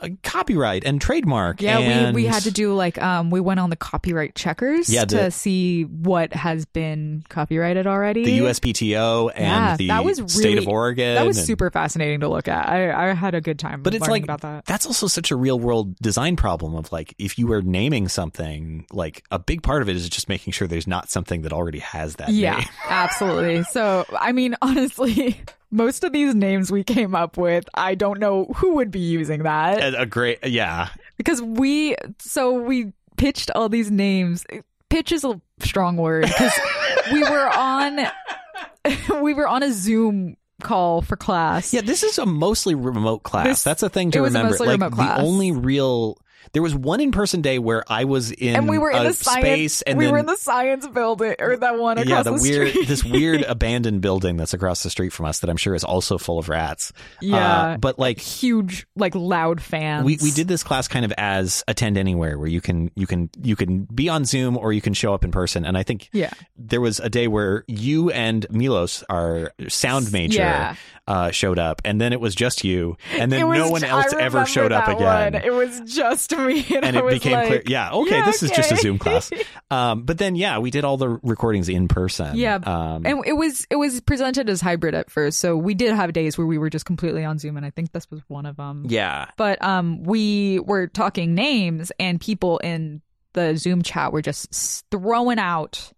Speaker 2: uh, copyright and trademark.
Speaker 1: Yeah,
Speaker 2: and-
Speaker 1: we, we had to do like um we went on the copyright checkers
Speaker 2: Yeah, the-
Speaker 1: to see what has been copyrighted already.
Speaker 2: the USPTO and
Speaker 1: Yeah,
Speaker 2: the
Speaker 1: that was
Speaker 2: state
Speaker 1: really-
Speaker 2: of Oregon.
Speaker 1: that was
Speaker 2: and-
Speaker 1: super fascinating to look at. I, I had a good time
Speaker 2: But it's
Speaker 1: learning
Speaker 2: like
Speaker 1: about that.
Speaker 2: that's also such a real world design problem of like if you were naming something, like a big part of it is just making sure there's not something that already has that
Speaker 1: Yeah,
Speaker 2: name.
Speaker 1: absolutely. So, I mean, honestly, most of these names we came up with, I don't know who would be using that
Speaker 2: A a great yeah.
Speaker 1: because we so we pitched all these names. Pitch is a strong word because we were on we were on a Zoom call for class.
Speaker 2: Yeah, this is a mostly remote class.
Speaker 1: This-
Speaker 2: That's a thing to
Speaker 1: it was a
Speaker 2: remember.
Speaker 1: mostly
Speaker 2: like
Speaker 1: remote
Speaker 2: the
Speaker 1: class.
Speaker 2: only real there was one in person day where I was in
Speaker 1: and we were in
Speaker 2: a
Speaker 1: the science
Speaker 2: space and
Speaker 1: we
Speaker 2: then
Speaker 1: were in the science building or that one across
Speaker 2: yeah, the, weird
Speaker 1: street.
Speaker 2: this weird abandoned building that's across the street from us that I'm sure is also full of rats.
Speaker 1: yeah.
Speaker 2: Uh, but like
Speaker 1: huge like loud fans.
Speaker 2: we, we did this class kind of as attend anywhere where you can you can you can be on Zoom or you can show up in person. And I think
Speaker 1: Yeah.
Speaker 2: there was a day where you and Milos, our sound major,
Speaker 1: Yeah.
Speaker 2: uh, showed up, and then it was just you, and
Speaker 1: It
Speaker 2: then
Speaker 1: was
Speaker 2: no one
Speaker 1: ju-
Speaker 2: else
Speaker 1: I
Speaker 2: ever showed up
Speaker 1: remember that
Speaker 2: again.
Speaker 1: one. It was just me, and,
Speaker 2: and
Speaker 1: I
Speaker 2: it
Speaker 1: was
Speaker 2: became
Speaker 1: like,
Speaker 2: clear, yeah, okay,
Speaker 1: yeah,
Speaker 2: this is just a
Speaker 1: okay.
Speaker 2: Zoom class. Um, but then, yeah, we did all the recordings in person.
Speaker 1: Yeah.
Speaker 2: um,
Speaker 1: And it was it was presented as hybrid at first, so we did have days where we were just completely on Zoom, and I think this was one of them.
Speaker 2: yeah,
Speaker 1: But um, we were talking names, and people in the Zoom chat were just s- throwing out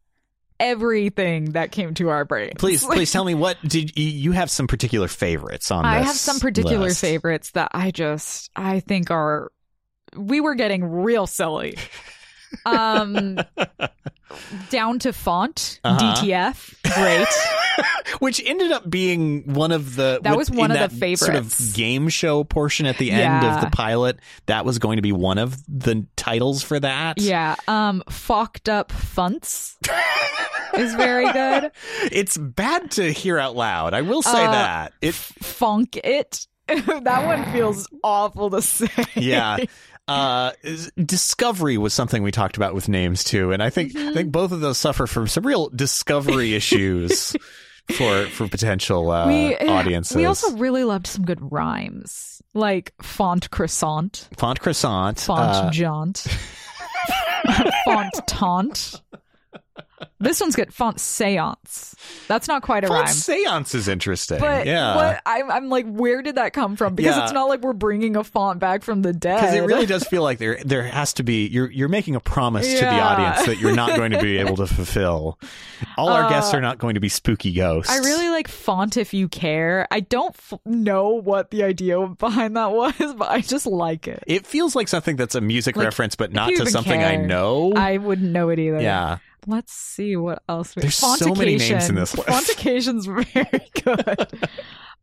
Speaker 1: everything that came to our brains.
Speaker 2: Please, please tell me what did you, you have some particular favorites on?
Speaker 1: I
Speaker 2: this
Speaker 1: have some particular
Speaker 2: list.
Speaker 1: favorites that I just I think are we were getting real silly. Um down to font,
Speaker 2: Uh-huh.
Speaker 1: DTF. Great.
Speaker 2: which ended up being one of the
Speaker 1: That was
Speaker 2: with-
Speaker 1: one
Speaker 2: in
Speaker 1: of the
Speaker 2: that sort
Speaker 1: favorites.
Speaker 2: of game show portion at the end
Speaker 1: Yeah.
Speaker 2: of the pilot. That was going to be one of the titles for that.
Speaker 1: yeah. Um fucked up funts is very good.
Speaker 2: it's bad to hear out loud. I will say
Speaker 1: Uh,
Speaker 2: that it.
Speaker 1: Funk it. that one feels awful to say.
Speaker 2: Yeah. Uh, is- discovery was something we talked about with names too, and I think I
Speaker 1: Mm-hmm.
Speaker 2: think both of those suffer from some real discovery issues for for potential uh,
Speaker 1: We
Speaker 2: audiences.
Speaker 1: We also really loved some good rhymes. Like font croissant.
Speaker 2: font croissant,
Speaker 1: Font
Speaker 2: uh,
Speaker 1: jaunt. font taunt. This one's good. Font seance. That's not quite a
Speaker 2: font
Speaker 1: rhyme.
Speaker 2: seance is interesting.
Speaker 1: But
Speaker 2: yeah,
Speaker 1: what, I'm, I'm like, where did that come from? Because
Speaker 2: Yeah.
Speaker 1: it's not like we're bringing a font back from the dead.
Speaker 2: because it really does feel like there there has to be you're you're making a promise to the
Speaker 1: Yeah.
Speaker 2: audience that you're not going to be able to fulfill. All our guests are not going to be spooky ghosts.
Speaker 1: Uh, I really like font if you care. I don't f- know what the idea behind that was, but I just like it.
Speaker 2: It feels like something that's a music
Speaker 1: Like,
Speaker 2: reference, but not
Speaker 1: you
Speaker 2: to
Speaker 1: even
Speaker 2: something I
Speaker 1: care.
Speaker 2: know.
Speaker 1: I wouldn't know it either.
Speaker 2: yeah,
Speaker 1: Let's see what else. We-
Speaker 2: There's so many names
Speaker 1: Fontication.
Speaker 2: in this list.
Speaker 1: Fontication's very good.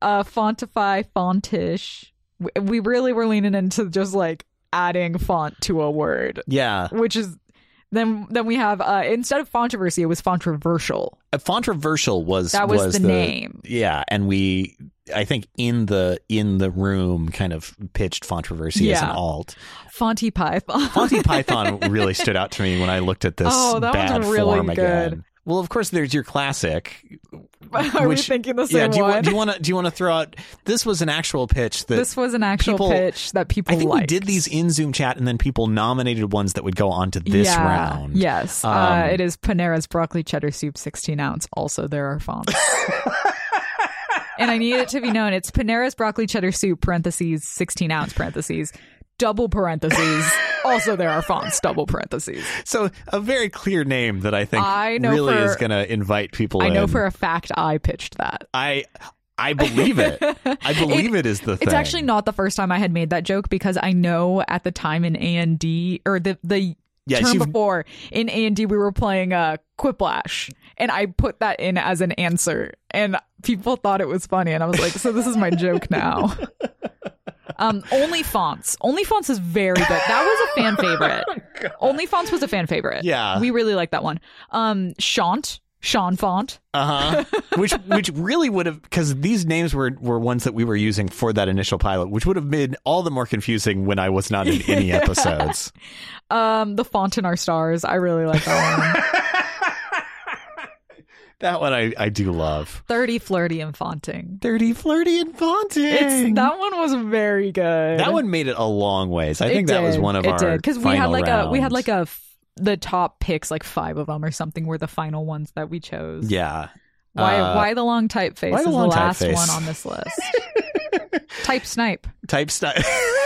Speaker 1: uh, Fontify, Fontish. We- We really were leaning into just like adding font to a word,
Speaker 2: yeah.
Speaker 1: which is then then we have uh, instead of controversy, it was controversial.
Speaker 2: Uh, Fontroversial was
Speaker 1: That was, the, name.
Speaker 2: Yeah, and we I think in the in the room kind of pitched Fontroversy as an
Speaker 1: Yeah.
Speaker 2: alt.
Speaker 1: Fonty Python.
Speaker 2: Monty Python really stood out to me when I looked at this
Speaker 1: Oh, that one's
Speaker 2: bad
Speaker 1: really
Speaker 2: form
Speaker 1: good.
Speaker 2: again. Well, of course, there's your classic.
Speaker 1: Are we
Speaker 2: which-
Speaker 1: thinking the
Speaker 2: yeah,
Speaker 1: same
Speaker 2: do you, wa-
Speaker 1: one?
Speaker 2: do you want to do you want to throw out? This was an actual pitch that
Speaker 1: this was an actual
Speaker 2: people-
Speaker 1: pitch that people.
Speaker 2: I think
Speaker 1: liked.
Speaker 2: we did these in Zoom chat, and then people nominated ones that would go on to this
Speaker 1: yeah,
Speaker 2: round.
Speaker 1: Yes, uh,
Speaker 2: Um,
Speaker 1: it is Panera's broccoli cheddar soup, sixteen ounce. Also, there are fonts. and I need it to be known it's Panera's broccoli cheddar soup parentheses sixteen ounce parentheses double parentheses. also, there are fonts double parentheses.
Speaker 2: So a very clear name that I think
Speaker 1: I know
Speaker 2: really
Speaker 1: for-
Speaker 2: is going to invite people.
Speaker 1: I know
Speaker 2: in.
Speaker 1: for a fact I pitched that.
Speaker 2: I I believe it. I believe it is the thing.
Speaker 1: It's actually not the first time I had made that joke because I know at the time in A and D or the the
Speaker 2: Yes,
Speaker 1: term
Speaker 2: you've-
Speaker 1: before in A and D we were playing uh, Quiplash and I put that in as an answer and people thought it was funny and I was like, so this is my joke now. Um, only fonts. Only fonts is very good. That was a fan favorite. only fonts was a fan favorite.
Speaker 2: Oh Yeah.
Speaker 1: we really like that one. Um, Shant, Sean Font.
Speaker 2: uh huh. which which really would have because these names were were ones that we were using for that initial pilot, which would have been all the more confusing when I was not in any episodes.
Speaker 1: Um, the font in our stars. I really like that one.
Speaker 2: That one I, I do love.
Speaker 1: 30 flirty and flaunting.
Speaker 2: Dirty, flirty, and vaunting.
Speaker 1: It's that one was very good.
Speaker 2: That one made it a long ways. I
Speaker 1: It
Speaker 2: think that was
Speaker 1: did.
Speaker 2: one of
Speaker 1: it
Speaker 2: our
Speaker 1: because we had
Speaker 2: final
Speaker 1: like a we had
Speaker 2: rounds.
Speaker 1: like a f- the top picks like five of them or something were the final ones that we chose.
Speaker 2: yeah.
Speaker 1: Why
Speaker 2: Uh,
Speaker 1: why the long typeface
Speaker 2: why
Speaker 1: is
Speaker 2: the
Speaker 1: the
Speaker 2: long
Speaker 1: last
Speaker 2: typeface?
Speaker 1: one on this list. Type snipe.
Speaker 2: type stuff.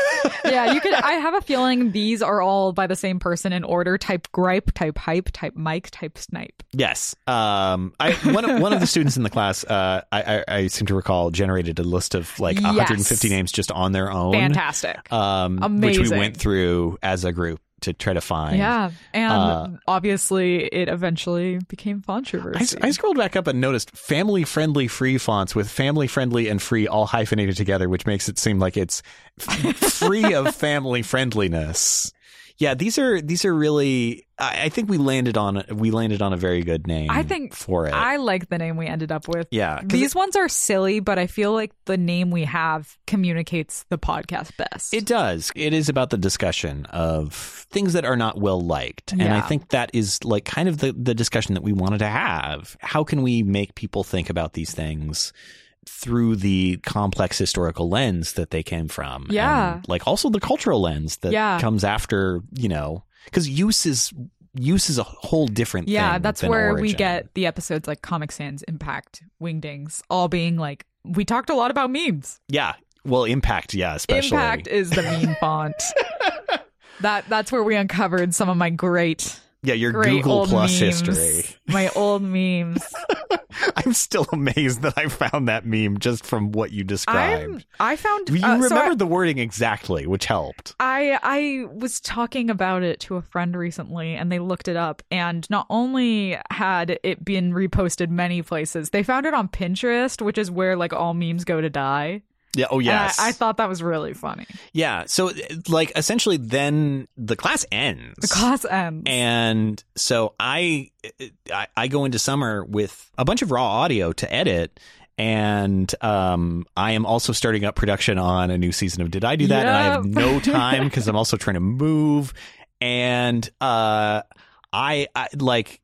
Speaker 1: Yeah, you could. I have a feeling these are all by the same person in order. Type gripe, type hype, type Mike, type snipe.
Speaker 2: yes. Um. I one of, one of the students in the class. Uh. I, I I seem to recall generated a list of like
Speaker 1: Yes.
Speaker 2: 150 names just on their own.
Speaker 1: Fantastic.
Speaker 2: Um. Which we
Speaker 1: Amazing.
Speaker 2: went through as a group to try to find.
Speaker 1: yeah, and
Speaker 2: Uh,
Speaker 1: obviously it eventually became Fontroversy.
Speaker 2: I, s- I scrolled back up and noticed family friendly free fonts with family friendly and free all hyphenated together, which makes it seem like it's f- free of family friendliness. Yeah, these are these are really. I, I think we landed on we landed on a very good name.
Speaker 1: I think
Speaker 2: for it.
Speaker 1: I like the name we ended up with.
Speaker 2: yeah, 'cause
Speaker 1: These ones are silly, but I feel like the name we have communicates the podcast best.
Speaker 2: It does. It is about the discussion of things that are not well liked. And I
Speaker 1: Yeah.
Speaker 2: think that is like kind of the, the discussion that we wanted to have. How can we make people think about these things through the complex historical lens that they came from?
Speaker 1: Yeah.
Speaker 2: And like also the cultural lens that
Speaker 1: Yeah.
Speaker 2: comes after, you know, because use is use is a whole different thing.
Speaker 1: yeah, that's
Speaker 2: than
Speaker 1: where we
Speaker 2: origin.
Speaker 1: get the episodes like Comic Sans, Impact, Wingdings, all being like we talked a lot about memes.
Speaker 2: Yeah. Well, impact, yeah, especially.
Speaker 1: Impact is the meme font. That that's where we uncovered some of my great
Speaker 2: yeah, your
Speaker 1: great
Speaker 2: Google
Speaker 1: old
Speaker 2: Plus
Speaker 1: memes.
Speaker 2: history.
Speaker 1: My old memes.
Speaker 2: I'm still amazed that I found that meme just from what you
Speaker 1: I'm,
Speaker 2: described.
Speaker 1: I found
Speaker 2: you
Speaker 1: uh,
Speaker 2: remembered
Speaker 1: so I-
Speaker 2: the wording exactly, which helped.
Speaker 1: I I was talking about it to a friend recently and they looked it up and not only had it been reposted many places, they found it on Pinterest, which is where like all memes go to die.
Speaker 2: Yeah. Oh,
Speaker 1: And I-
Speaker 2: yes.
Speaker 1: Uh, I, thought that was really funny.
Speaker 2: yeah. So, like, essentially, then the class ends.
Speaker 1: The class ends.
Speaker 2: and so I, I I go into summer with a bunch of raw audio to edit and um I am also starting up production on a new season of Did I Do That and I have
Speaker 1: Yep.
Speaker 2: no time cuz I'm also trying to move and uh I, I like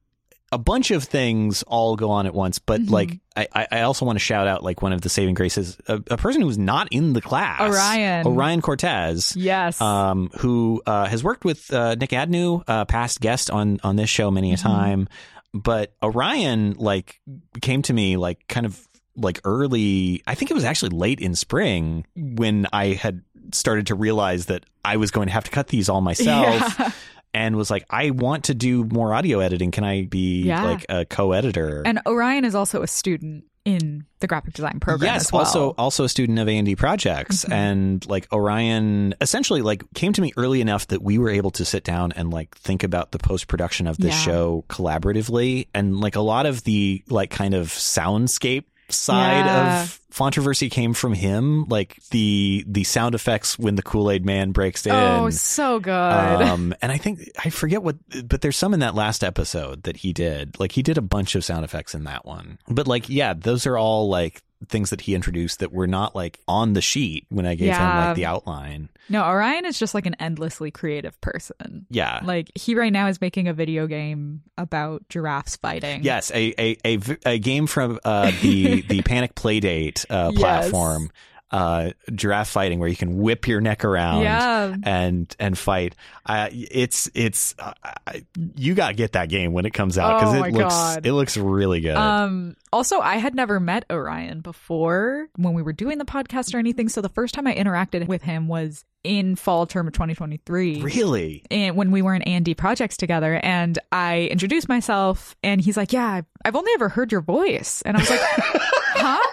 Speaker 2: a bunch of things all go on at once but
Speaker 1: Mhm.
Speaker 2: like I- I I also want to shout out like one of the saving graces a, a person who's not in the class
Speaker 1: Orion.
Speaker 2: Orion Cortez
Speaker 1: yes.
Speaker 2: um, who uh, has worked with uh, Nick Adnu, uh, past guest on on this show many a
Speaker 1: Mhm.
Speaker 2: time. But Orion like came to me like kind of like early. I think it was actually late in spring when I had started to realize that I was going to have to cut these all myself.
Speaker 1: Yeah.
Speaker 2: And was like, I want to do more audio editing. Can I be
Speaker 1: Yeah.
Speaker 2: like a co-editor?
Speaker 1: And Orion is also a student in the graphic design program
Speaker 2: yes
Speaker 1: as well.
Speaker 2: also also a student of a&d projects
Speaker 1: Mhm.
Speaker 2: and like orion essentially like came to me early enough that we were able to sit down and like think about the post-production of this
Speaker 1: Yeah.
Speaker 2: show collaboratively and like a lot of the like kind of soundscape side
Speaker 1: Yeah.
Speaker 2: of controversy came from him like the the sound effects when the kool-aid man breaks in
Speaker 1: Oh, so good.
Speaker 2: um, and I think I forget what, but there's some in that last episode that he did. Like he did a bunch of sound effects in that one. But like, yeah, those are all like things that he introduced that were not like on the sheet when I gave him
Speaker 1: Yeah.
Speaker 2: like the outline.
Speaker 1: no, Orion is just like an endlessly creative person.
Speaker 2: Yeah.
Speaker 1: Like he right now is making a video game about giraffes fighting.
Speaker 2: Yes, a a, a, v- a game from uh, the the Panic Playdate uh,
Speaker 1: Yes.
Speaker 2: platform, uh, giraffe fighting, where you can whip your neck around
Speaker 1: Yeah.
Speaker 2: and and fight. Uh, it's it's uh, I- you got to get that game when it comes out because
Speaker 1: Oh
Speaker 2: it
Speaker 1: my
Speaker 2: looks
Speaker 1: God.
Speaker 2: it looks really good.
Speaker 1: Um, also, I had never met Orion before when we were doing the podcast or anything. So the first time I interacted with him was in fall term of 2023.
Speaker 2: Really?
Speaker 1: And when we were in Andy projects together, and I introduced myself, and he's like, "Yeah, I've- I've only ever heard your voice," and I was like, "Huh?"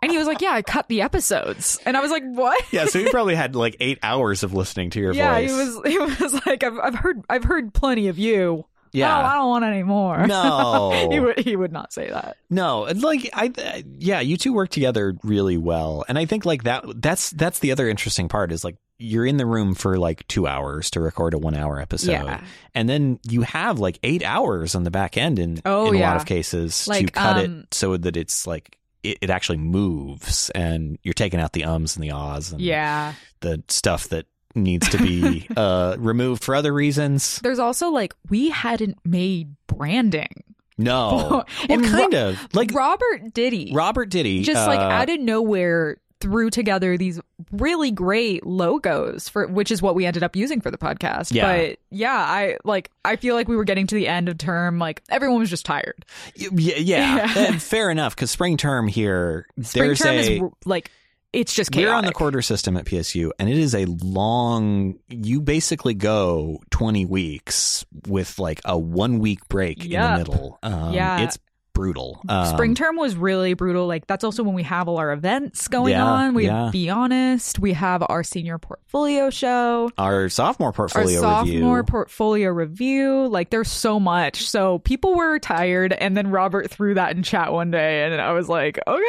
Speaker 1: And he was like, "Yeah, I cut the episodes," and I was like, "What?"
Speaker 2: Yeah, so you probably had like eight hours of listening to your
Speaker 1: yeah,
Speaker 2: voice.
Speaker 1: he was. He was like, "I've I've heard I've heard plenty of you. oh, I
Speaker 2: Yeah.
Speaker 1: don't want any more."
Speaker 2: No.
Speaker 1: he would he would not say that.
Speaker 2: no, and, like I uh, yeah, you two work together really well. And I think like that that's that's the other interesting part is like you're in the room for like 2 hours to record a 1 hour episode.
Speaker 1: Yeah.
Speaker 2: And then you have like 8 hours on the back end in
Speaker 1: Oh,
Speaker 2: in a
Speaker 1: yeah.
Speaker 2: lot of cases to
Speaker 1: Like,
Speaker 2: cut
Speaker 1: um,
Speaker 2: it so that it's like it, it actually moves and you're taking out the ums and the ahs and
Speaker 1: Yeah.
Speaker 2: the stuff that needs to be uh removed for other reasons.
Speaker 1: There's also like we hadn't made branding
Speaker 2: No.
Speaker 1: And
Speaker 2: Oh. well,
Speaker 1: Ro-
Speaker 2: kind of. Like
Speaker 1: Robert Diddy.
Speaker 2: Robert Diddy.
Speaker 1: just like
Speaker 2: uh,
Speaker 1: out of nowhere threw together these really great logos for which is what we ended up using for the podcast
Speaker 2: Yeah.
Speaker 1: but yeah i like i feel like we were getting to the end of term like everyone was just tired
Speaker 2: y- yeah, yeah.
Speaker 1: Yeah.
Speaker 2: And fair enough because spring term here
Speaker 1: spring
Speaker 2: there's
Speaker 1: term
Speaker 2: a
Speaker 1: is like it's just chaotic
Speaker 2: We're on the quarter system at PSU, and it is a long. You basically go twenty weeks with like a one week break
Speaker 1: Yep.
Speaker 2: in the middle. Um,
Speaker 1: Yeah.
Speaker 2: it's brutal. Um,
Speaker 1: spring term was really brutal like that's also when we have all our events going
Speaker 2: Yeah,
Speaker 1: on we
Speaker 2: yeah.
Speaker 1: be honest we have our senior portfolio show
Speaker 2: our sophomore portfolio
Speaker 1: our sophomore
Speaker 2: review.
Speaker 1: portfolio review. Like there's so much. So people were tired and then Robert threw that in chat one day and I was like, Okay,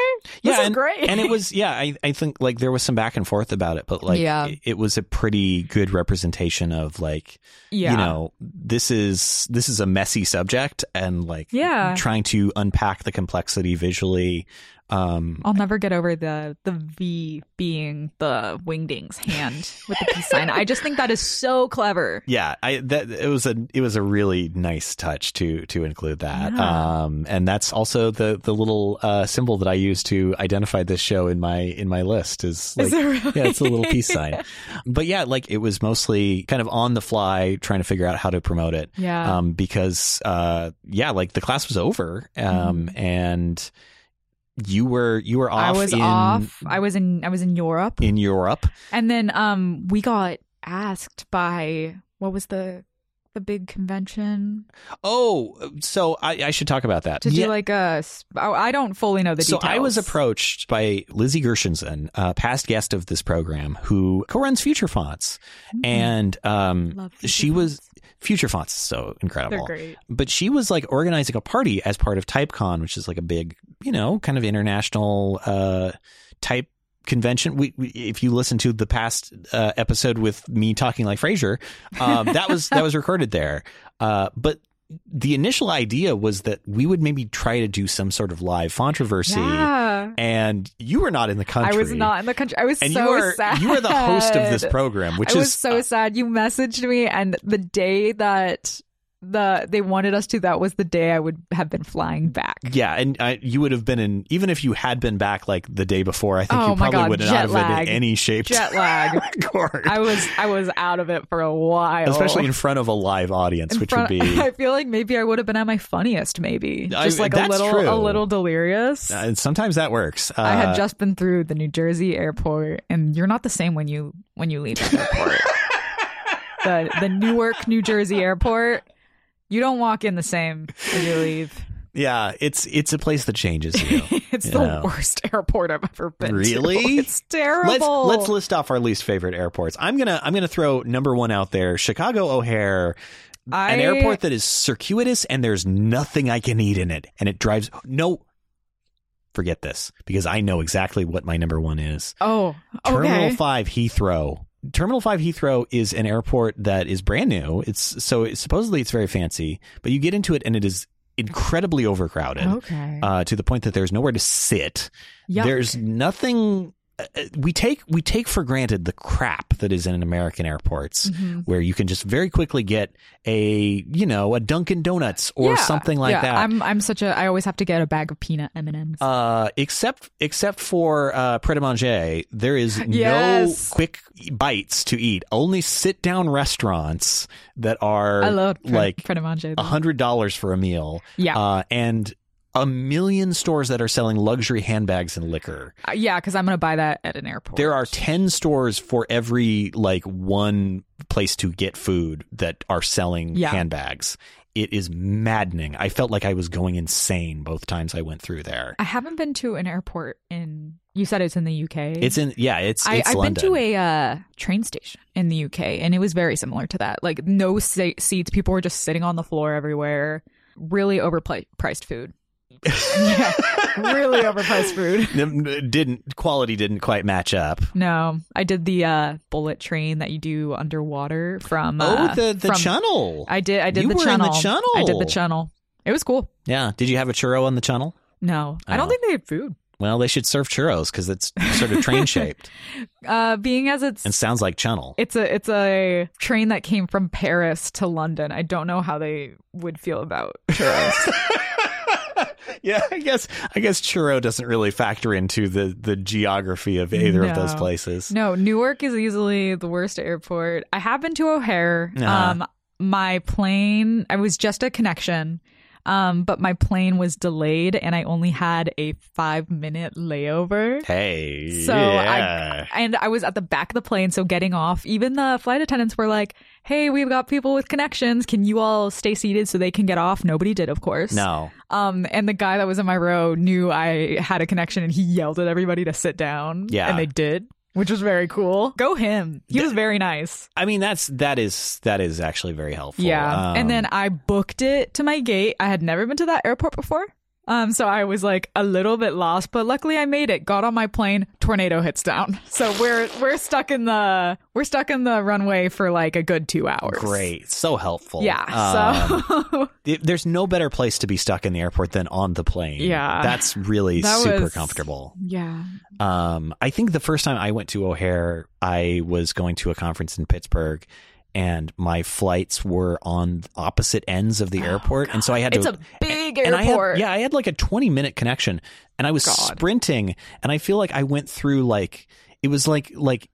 Speaker 1: this is
Speaker 2: and,
Speaker 1: great.
Speaker 2: and it was yeah. I, I think like there was some back and forth about it, but like
Speaker 1: Yeah.
Speaker 2: it, it was a pretty good representation of like
Speaker 1: yeah.
Speaker 2: you know this is this is a messy subject and like
Speaker 1: Yeah.
Speaker 2: trying to unpack the complexity visually. Um,
Speaker 1: I'll never get over the the V being the wingding's hand with the peace sign. I just think that is so clever.
Speaker 2: yeah i that it was a it was a really nice touch to to include that
Speaker 1: Yeah.
Speaker 2: um and that's also the the little uh symbol that i use to identify this show in my in my list is like
Speaker 1: is it really?
Speaker 2: yeah it's a little peace sign but yeah like it was mostly kind of on the fly trying to figure out how to promote it
Speaker 1: Yeah.
Speaker 2: um because uh yeah like the class was over um and you were you were
Speaker 1: Mm-hmm. I
Speaker 2: off
Speaker 1: was
Speaker 2: in
Speaker 1: off. I was in I was in Europe.
Speaker 2: in europe
Speaker 1: And then um we got asked by what was the the big convention
Speaker 2: oh so i i should talk about that
Speaker 1: to
Speaker 2: yeah.
Speaker 1: do like a s- oh, I don't fully know the
Speaker 2: so
Speaker 1: details.
Speaker 2: I was approached by Lizzie Gershenson, a past guest of this program, who co-runs Future Fonts,
Speaker 1: Mm.
Speaker 2: and um,
Speaker 1: Love
Speaker 2: she was Future Fonts is so
Speaker 1: they're
Speaker 2: incredible.
Speaker 1: great.
Speaker 2: But she was like organizing a party as part of TypeCon, which is like a big, you know, kind of international uh, type convention. We, we, if you listen to the past uh, episode with me talking like Frasier, um, that was that was recorded there. Uh, but the initial idea was that we would maybe try to do some sort of live controversy
Speaker 1: Yeah.
Speaker 2: and you were not in the country.
Speaker 1: I was not in the country. I was
Speaker 2: And
Speaker 1: so
Speaker 2: you are
Speaker 1: sad.
Speaker 2: you are the host of this program, which
Speaker 1: I
Speaker 2: is uh,
Speaker 1: was so sad. You messaged me, and the day that the they wanted us to, that was the day I would have been flying back.
Speaker 2: yeah, and I, you would have been in even if you had been back like the day before. I think
Speaker 1: Oh
Speaker 2: you
Speaker 1: my
Speaker 2: probably
Speaker 1: God,
Speaker 2: would not
Speaker 1: jet
Speaker 2: have
Speaker 1: lag.
Speaker 2: been in any shape.
Speaker 1: Jet lag.
Speaker 2: record,
Speaker 1: I was I was out of it for a while,
Speaker 2: especially in front of a live audience,
Speaker 1: In
Speaker 2: which
Speaker 1: front-
Speaker 2: would be. uh,
Speaker 1: I feel like maybe I would have been at my funniest. Maybe
Speaker 2: I-
Speaker 1: just like a
Speaker 2: that's
Speaker 1: little
Speaker 2: true.
Speaker 1: a little delirious.
Speaker 2: and sometimes that works. Uh,
Speaker 1: I had just been through the New Jersey airport, and you're not the same when you when you leave the airport. the the Newark, New Jersey airport. You don't walk in the same when you leave.
Speaker 2: yeah, it's it's a place that changes you.
Speaker 1: It's the
Speaker 2: Yeah.
Speaker 1: worst airport I've ever been to.
Speaker 2: Really?
Speaker 1: It's terrible.
Speaker 2: let's let's list off our least favorite airports. I'm gonna I'm gonna throw number one out there: Chicago O'Hare.
Speaker 1: I,
Speaker 2: an airport that is circuitous and there's nothing I can eat in it. And it drives no forget this because I know exactly what my number one is.
Speaker 1: Oh,
Speaker 2: Terminal
Speaker 1: okay.
Speaker 2: five Heathrow. Terminal five Heathrow is an airport that is brand new. It's so it's, supposedly it's very fancy, but you get into it and it is incredibly overcrowded.
Speaker 1: Okay.
Speaker 2: Uh, to the point that there's nowhere to sit.
Speaker 1: Yuck.
Speaker 2: There's nothing. uh, uh, We take we take for granted the crap that is in American airports
Speaker 1: Mhm.
Speaker 2: where you can just very quickly get a you know a Dunkin' Donuts or
Speaker 1: Yeah,
Speaker 2: something like
Speaker 1: yeah.
Speaker 2: that.
Speaker 1: I'm I'm such a. I always have to get a bag of peanut M and M's.
Speaker 2: uh, except except for uh, Pret a Manger, there is
Speaker 1: Yes.
Speaker 2: no quick bites to eat. Only sit down restaurants that are
Speaker 1: I love Fred,
Speaker 2: like
Speaker 1: Fred Amange.
Speaker 2: a hundred dollars for a meal.
Speaker 1: Yeah.
Speaker 2: uh, and a million stores that are selling luxury handbags and liquor.
Speaker 1: Uh, yeah, because I'm gonna buy that at an airport.
Speaker 2: There are 10 stores for every like one place to get food that are selling
Speaker 1: Yeah.
Speaker 2: handbags. It is maddening. I felt like I was going insane both times I went through there.
Speaker 1: I haven't been to an airport in. You said it's in the UK.
Speaker 2: It's in yeah, it's
Speaker 1: I,
Speaker 2: it's
Speaker 1: I've
Speaker 2: London.
Speaker 1: been to a uh, train station in the UK, and it was very similar to that. Like no se- seats, people were just sitting on the floor everywhere. Really overpriced food. yeah, really overpriced food.
Speaker 2: N- n- didn't quality didn't quite match up.
Speaker 1: No, I did the uh, bullet train that you do underwater from.
Speaker 2: oh,
Speaker 1: uh,
Speaker 2: the the
Speaker 1: from-
Speaker 2: channel.
Speaker 1: I did. I did
Speaker 2: You
Speaker 1: the
Speaker 2: were in
Speaker 1: channel.
Speaker 2: the
Speaker 1: I did the
Speaker 2: channel.
Speaker 1: channel. It was cool.
Speaker 2: yeah, did you have a churro on the channel?
Speaker 1: No, I don't
Speaker 2: Oh.
Speaker 1: think they had food.
Speaker 2: Well, they should serve churros because it's sort of train shaped
Speaker 1: Uh, being as it's
Speaker 2: and sounds like channel.
Speaker 1: It's a it's a train that came from Paris to London. I don't know how they would feel about churros.
Speaker 2: yeah, I guess I guess churro doesn't really factor into the the geography of either of those
Speaker 1: No.
Speaker 2: places.
Speaker 1: No, Newark is easily the worst airport. I have been to O'Hare.
Speaker 2: Uh-huh.
Speaker 1: Um, my plane, I was just a connection, um, but my plane was delayed and I only had a five minute layover.
Speaker 2: Hey,
Speaker 1: So
Speaker 2: yeah.
Speaker 1: I and I was at the back of the plane, so getting off, even the flight attendants were like, "Hey, we've got people with connections. Can you all stay seated so they can get off?" Nobody did, of course.
Speaker 2: no,
Speaker 1: Um, and the guy that was in my row knew I had a connection, and he yelled at everybody to sit down.
Speaker 2: Yeah.
Speaker 1: and they did, which was very cool. Go him. He was very nice.
Speaker 2: I mean that's that is that is actually very helpful.
Speaker 1: Yeah.
Speaker 2: Um,
Speaker 1: and then I booked it to my gate. I had never been to that airport before. Um, so I was like a little bit lost, but luckily I made it. Got on my plane. Tornado hits down. So we're we're stuck in the we're stuck in the runway for like a good two hours.
Speaker 2: great, so helpful.
Speaker 1: Yeah.
Speaker 2: Um,
Speaker 1: So
Speaker 2: th- there's no better place to be stuck in the airport than on the plane.
Speaker 1: Yeah.
Speaker 2: that's really
Speaker 1: That
Speaker 2: super
Speaker 1: was-
Speaker 2: comfortable.
Speaker 1: yeah.
Speaker 2: Um, I think the first time I went to O'Hare, I was going to a conference in Pittsburgh, and my flights were on opposite ends of the airport, and so I had
Speaker 1: Oh, It's
Speaker 2: to.
Speaker 1: a big
Speaker 2: and I had-
Speaker 1: airport.
Speaker 2: yeah, I had like a 20 minute connection and I was
Speaker 1: God.
Speaker 2: sprinting and I feel like I went through like it was like like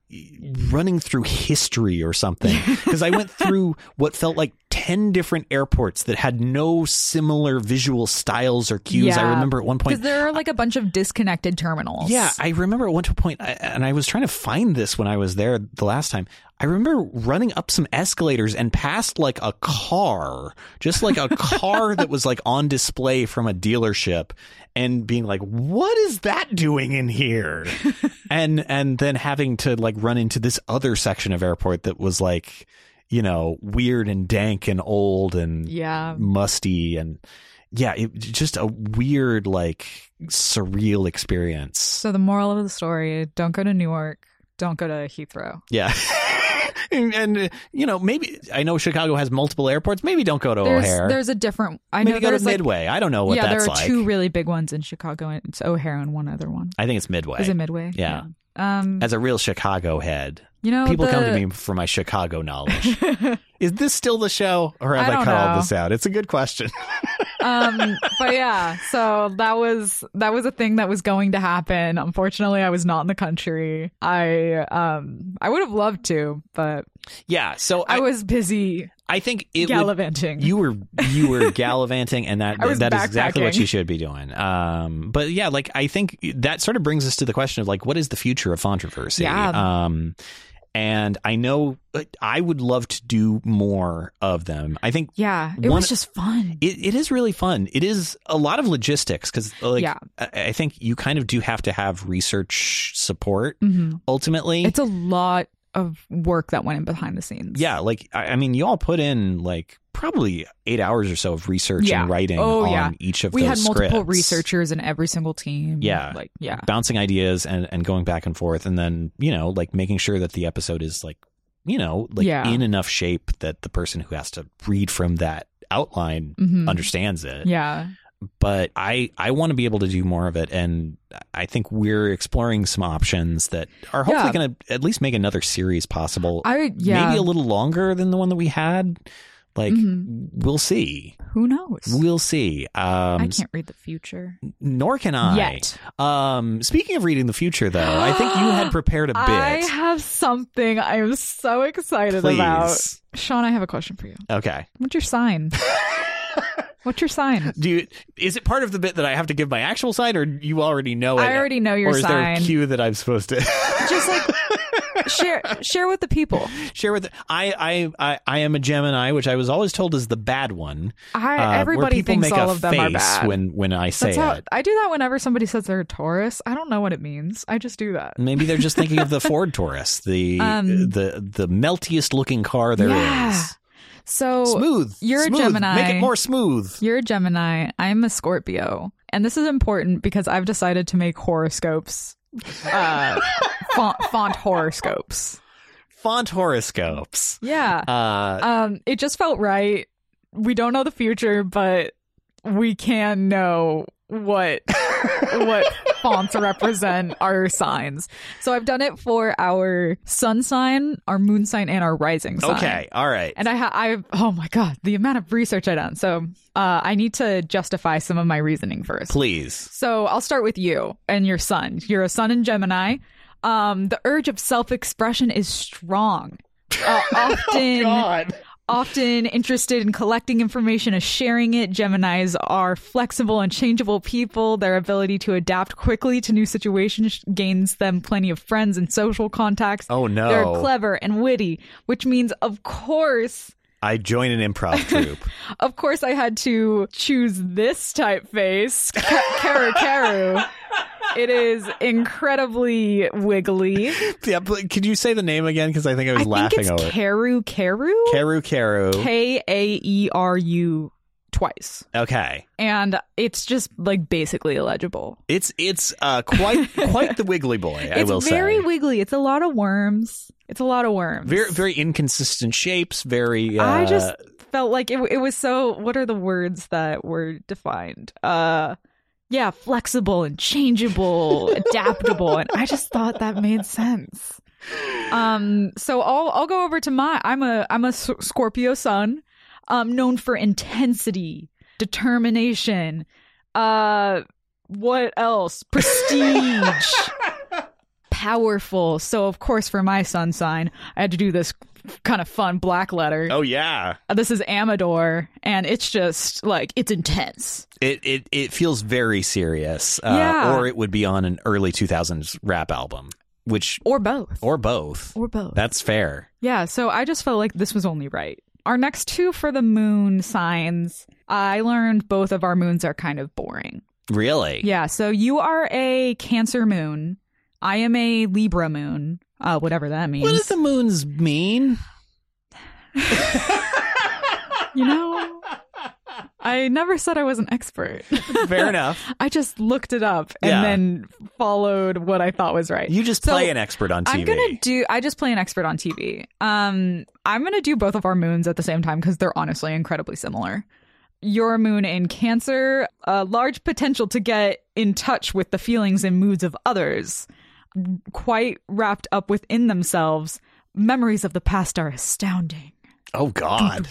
Speaker 2: running through history or something because I went through what felt like 10 different airports that had no similar visual styles or cues. I
Speaker 1: Yeah.
Speaker 2: remember at one point
Speaker 1: Because there are like a bunch of disconnected terminals.
Speaker 2: yeah, I remember at one point, I- and I was trying to find this when I was there the last time. I remember running up some escalators and past like a car, just like a car that was like on display from a dealership, and being like, "What is that doing in here?" and and then having to like run into this other section of airport that was like, you know, weird and dank and old and
Speaker 1: yeah.
Speaker 2: musty and yeah, it, just a weird like surreal experience.
Speaker 1: So the moral of the story: don't go to Newark. Don't go to Heathrow.
Speaker 2: Yeah. and, and, uh, you know, maybe I know Chicago has multiple airports. Maybe don't go to
Speaker 1: There's
Speaker 2: O'Hare.
Speaker 1: there's a different. I
Speaker 2: maybe
Speaker 1: know
Speaker 2: go to
Speaker 1: there's like
Speaker 2: Midway. I don't know what
Speaker 1: yeah,
Speaker 2: that's
Speaker 1: there are
Speaker 2: like.
Speaker 1: two really big ones in Chicago, and it's O'Hare and one other one.
Speaker 2: I think it's Midway.
Speaker 1: Is it Midway?
Speaker 2: Yeah.
Speaker 1: Yeah. Um,
Speaker 2: As a real Chicago head,
Speaker 1: you know,
Speaker 2: people
Speaker 1: Oh, the,
Speaker 2: come to me for my Chicago knowledge. Is this still the show, or have
Speaker 1: I
Speaker 2: I,
Speaker 1: don't
Speaker 2: cut all
Speaker 1: know.
Speaker 2: this out? It's a good question.
Speaker 1: um, but yeah, so that was that was a thing that was going to happen. Unfortunately, I was not in the country. I um, I would have loved to, but
Speaker 2: yeah. So
Speaker 1: I,
Speaker 2: I,
Speaker 1: was busy
Speaker 2: I think it would
Speaker 1: gallivanting.
Speaker 2: you were you were gallivanting and that
Speaker 1: I was
Speaker 2: that is exactly what
Speaker 1: backpacking.
Speaker 2: you should be doing um but yeah like i think that sort of brings us to the question of like what is the future of controversy
Speaker 1: Yeah.
Speaker 2: um and i know like, i would love to do more of them i think
Speaker 1: yeah, it
Speaker 2: One-
Speaker 1: was just fun.
Speaker 2: it, it is really fun it is a lot of logistics because like
Speaker 1: Yeah.
Speaker 2: I, I think you kind of do have to have research support
Speaker 1: mm-hmm.
Speaker 2: ultimately
Speaker 1: It's a lot of work that went in behind the scenes.
Speaker 2: yeah like I, I mean you all put in like probably eight hours or so of research
Speaker 1: Yeah.
Speaker 2: and writing
Speaker 1: Oh,
Speaker 2: on
Speaker 1: yeah.
Speaker 2: each of
Speaker 1: We
Speaker 2: those
Speaker 1: had multiple
Speaker 2: scripts.
Speaker 1: researchers in every single team.
Speaker 2: Yeah.
Speaker 1: Like, yeah.
Speaker 2: bouncing ideas and, and going back and forth and then you know like making sure that the episode is like you know like
Speaker 1: Yeah.
Speaker 2: in enough shape that the person who has to read from that outline
Speaker 1: Mhm.
Speaker 2: understands it
Speaker 1: Yeah.
Speaker 2: but i i want to be able to do more of it and i think we're exploring some options that are hopefully
Speaker 1: Yeah.
Speaker 2: going to at least make another series possible
Speaker 1: I, yeah.
Speaker 2: maybe a little longer than the one that we had like
Speaker 1: Mhm.
Speaker 2: we'll see
Speaker 1: Who knows?
Speaker 2: we'll see um
Speaker 1: I can't read the future
Speaker 2: nor can i
Speaker 1: yet.
Speaker 2: um, speaking of reading the future, though, I think you had prepared a bit.
Speaker 1: I have something I am so excited
Speaker 2: Please,
Speaker 1: about. Sean, I have a question for you.
Speaker 2: okay.
Speaker 1: What's your sign? What's your sign?
Speaker 2: Do you, is it part of the bit that I have to give my actual sign, or you already know it?
Speaker 1: I already know your
Speaker 2: Or is there a
Speaker 1: sign.
Speaker 2: cue that I'm supposed to
Speaker 1: Just like share share with the people.
Speaker 2: share with? I, I I I am a Gemini, which I was always told is the bad one.
Speaker 1: I
Speaker 2: uh, where
Speaker 1: everybody
Speaker 2: people
Speaker 1: thinks
Speaker 2: make
Speaker 1: all
Speaker 2: a
Speaker 1: of them are
Speaker 2: face
Speaker 1: bad.
Speaker 2: When when I say
Speaker 1: That's how
Speaker 2: it,
Speaker 1: I do that whenever somebody says they're a Taurus. I don't know what it means. I just do that.
Speaker 2: maybe they're just thinking of the Ford Taurus, the
Speaker 1: Um,
Speaker 2: the the meltiest looking car there is.
Speaker 1: Yeah. So
Speaker 2: Smooth.
Speaker 1: you're a
Speaker 2: smooth. Make
Speaker 1: Gemini.
Speaker 2: it more smooth.
Speaker 1: You're a Gemini. I'm a Scorpio. And this is important because I've decided to make horoscopes, uh, font, font horoscopes.
Speaker 2: Font horoscopes.
Speaker 1: Yeah.
Speaker 2: Uh,
Speaker 1: Um, it just felt right. We don't know the future, but we can know what what fonts represent our signs. So I've done it for our sun sign, our moon sign, and our rising sign.
Speaker 2: Okay, all right.
Speaker 1: And I, ha- I, oh my god, the amount of research I done. So uh, I need to justify some of my reasoning first.
Speaker 2: Please.
Speaker 1: So I'll start with you and your son. You're a son in Gemini. Um, the urge of self-expression is strong. Uh,
Speaker 2: Oh,
Speaker 1: often, often interested in collecting information and sharing it. Geminis are flexible and changeable people. Their ability to adapt quickly to new situations gains them plenty of friends and social contacts.
Speaker 2: Oh no.
Speaker 1: They're clever and witty, which means, of course,
Speaker 2: I join an improv troupe.
Speaker 1: of course, I had to choose this typeface, Ka- Karu Karu. It is incredibly wiggly.
Speaker 2: yeah, but could you say the name again? Because I think I was
Speaker 1: I
Speaker 2: laughing
Speaker 1: think it's
Speaker 2: over it.
Speaker 1: Karu Karu.
Speaker 2: Karu Karu.
Speaker 1: K A E R U twice.
Speaker 2: Okay.
Speaker 1: And it's just like basically illegible.
Speaker 2: It's it's uh quite quite the wiggly boy, I
Speaker 1: it's
Speaker 2: will
Speaker 1: very
Speaker 2: say.
Speaker 1: wiggly. It's a lot of worms. It's a lot of worms.
Speaker 2: very very inconsistent shapes, very uh,
Speaker 1: I just felt like it, it was so. What are the words that were defined? Uh, yeah, flexible and changeable, adaptable, and I just thought that made sense. Um, so I'll I'll go over to my. I'm a I'm a S- Scorpio sun, um, known for intensity, determination. Uh, what else? Prestige. Powerful. So, of course, for my sun sign, I had to do this kind of fun black letter.
Speaker 2: Oh yeah.
Speaker 1: Uh, this is Amador, and it's just like it's intense.
Speaker 2: It it it feels very serious. Uh,
Speaker 1: Yeah.
Speaker 2: or it would be on an early 2000s rap album, which
Speaker 1: Or both.
Speaker 2: or both.
Speaker 1: Or both.
Speaker 2: That's fair.
Speaker 1: yeah, so I just felt like this was only right. Our next two for the moon signs, I learned both of our moons are kind of boring.
Speaker 2: Really?
Speaker 1: Yeah, so you are a Cancer moon. I am a Libra moon, uh, whatever that means.
Speaker 2: What does the moons mean?
Speaker 1: you know? I never said I was an expert.
Speaker 2: Fair enough.
Speaker 1: I just looked it up and
Speaker 2: Yeah.
Speaker 1: then followed what I thought was right.
Speaker 2: You just
Speaker 1: So,
Speaker 2: play an expert on TV.
Speaker 1: I'm gonna do. I just play an expert on TV. Um, I'm gonna do both of our moons at the same time because they're honestly incredibly similar. Your moon in Cancer, a large potential to get in touch with the feelings and moods of others, quite wrapped up within themselves. Memories of the past are astounding.
Speaker 2: Oh God.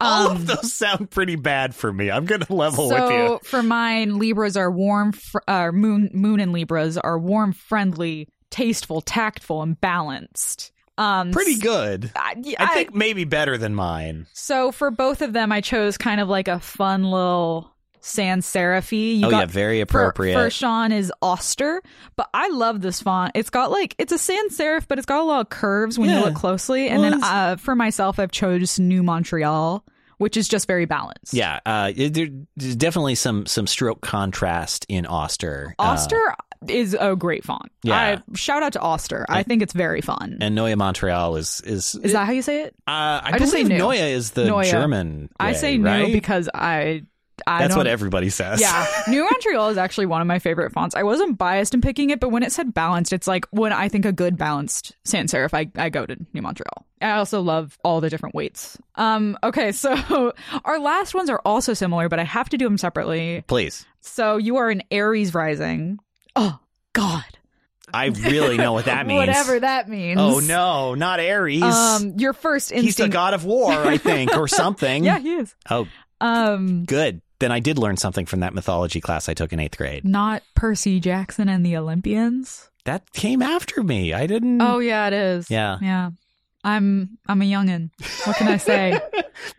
Speaker 2: All of those sound pretty bad for me. I'm gonna level with you.
Speaker 1: Um, So for mine, Libras are warm. Fr- uh, moon Moon and Libras are warm, friendly, tasteful, tactful, and balanced. Um,
Speaker 2: Pretty good.
Speaker 1: I, yeah,
Speaker 2: I think maybe better than mine.
Speaker 1: So for both of them, I chose kind of like a fun little sans serif. You
Speaker 2: oh
Speaker 1: got
Speaker 2: yeah, very
Speaker 1: for-
Speaker 2: appropriate.
Speaker 1: For, Sean is Auster, but I love this font. It's got like it's a sans serif, but it's got a lot of curves when
Speaker 2: Yeah.
Speaker 1: you look closely. And
Speaker 2: Well,
Speaker 1: then
Speaker 2: it's-
Speaker 1: uh, for myself, I've chose New Montreal, which is just very balanced.
Speaker 2: yeah, uh, it- there- there's definitely some some stroke contrast in Auster. uh,
Speaker 1: Auster is a great font.
Speaker 2: Yeah.
Speaker 1: I, shout out to Auster. I, think it's very fun.
Speaker 2: and Noya Montreal is is.
Speaker 1: is that how you say it?
Speaker 2: uh, I,
Speaker 1: I just say
Speaker 2: believe
Speaker 1: new.
Speaker 2: Noya is the
Speaker 1: Neue.
Speaker 2: German.
Speaker 1: I
Speaker 2: way,
Speaker 1: say new
Speaker 2: right?
Speaker 1: because I. I
Speaker 2: that's
Speaker 1: don't,
Speaker 2: what everybody says.
Speaker 1: Yeah. New Montreal is actually one of my favorite fonts. I wasn't biased in picking it, but when it said balanced, it's like when I think a good balanced sans serif, I, I go to New Montreal. I also love all the different weights. Um, okay, so our last ones are also similar, but I have to do them separately.
Speaker 2: please.
Speaker 1: So you are an Aries rising. Oh God.
Speaker 2: I really know what that means.
Speaker 1: Whatever that means.
Speaker 2: Oh no, not Aries.
Speaker 1: Um your first
Speaker 2: He's the
Speaker 1: instinct.
Speaker 2: god of war, I think, or something.
Speaker 1: yeah, he is.
Speaker 2: Oh,
Speaker 1: Um
Speaker 2: good. Then I did learn something from that mythology class I took in eighth grade.
Speaker 1: not Percy Jackson and the Olympians.
Speaker 2: That came after me. I didn't.
Speaker 1: Oh yeah, it is.
Speaker 2: Mm. Yeah.
Speaker 1: yeah. I'm I'm a youngin. What can I say?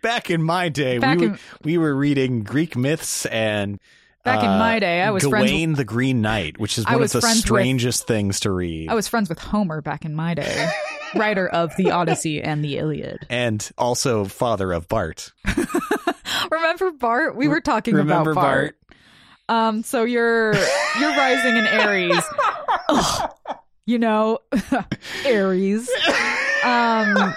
Speaker 2: Back in my day,
Speaker 1: Back
Speaker 2: we
Speaker 1: in-
Speaker 2: were, we were reading Greek myths and.
Speaker 1: Back in
Speaker 2: uh,
Speaker 1: my day, I was friends.
Speaker 2: Gawain the Green Knight, which is
Speaker 1: I
Speaker 2: one of
Speaker 1: was
Speaker 2: the
Speaker 1: friends with-
Speaker 2: strangest things to read,
Speaker 1: I was friends with Homer back in my day, writer of the Odyssey and the Iliad.
Speaker 2: and also father of Bart.
Speaker 1: Remember Bart? We were talking
Speaker 2: Remember
Speaker 1: about Bart. Um, so you're you're rising in Aries. Ugh. you know, Aries. Um,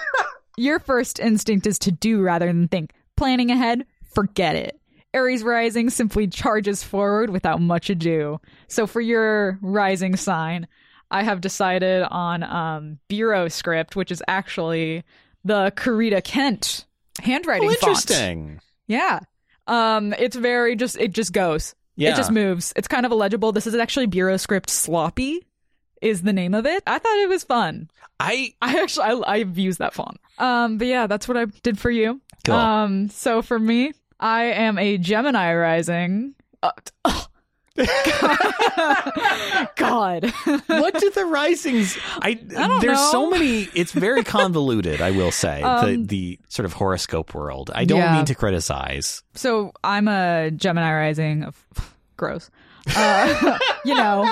Speaker 1: your first instinct is to do rather than think. Planning ahead, forget it. Aries rising simply charges forward without much ado. So for your rising sign, I have decided on um, bureau script, which is actually the Corita Kent handwriting
Speaker 2: Oh,
Speaker 1: font.
Speaker 2: interesting.
Speaker 1: Yeah. Um, it's very just it just goes.
Speaker 2: Yeah.
Speaker 1: It just moves. It's kind of illegible. This is actually Bureau Script Sloppy is the name of it. I thought it was fun.
Speaker 2: I
Speaker 1: I actually I, I've used that font. Um, but yeah, that's what I did for you.
Speaker 2: Cool.
Speaker 1: Um, so for me, I am a Gemini rising. Uh, t- ugh. God.
Speaker 2: what do the risings? I,
Speaker 1: don't
Speaker 2: there's so
Speaker 1: know.
Speaker 2: many. It's very convoluted. I will say
Speaker 1: Um,
Speaker 2: the the sort of horoscope world. I don't
Speaker 1: Yeah.
Speaker 2: mean to criticize.
Speaker 1: so I'm a Gemini rising of gross. Uh, you know,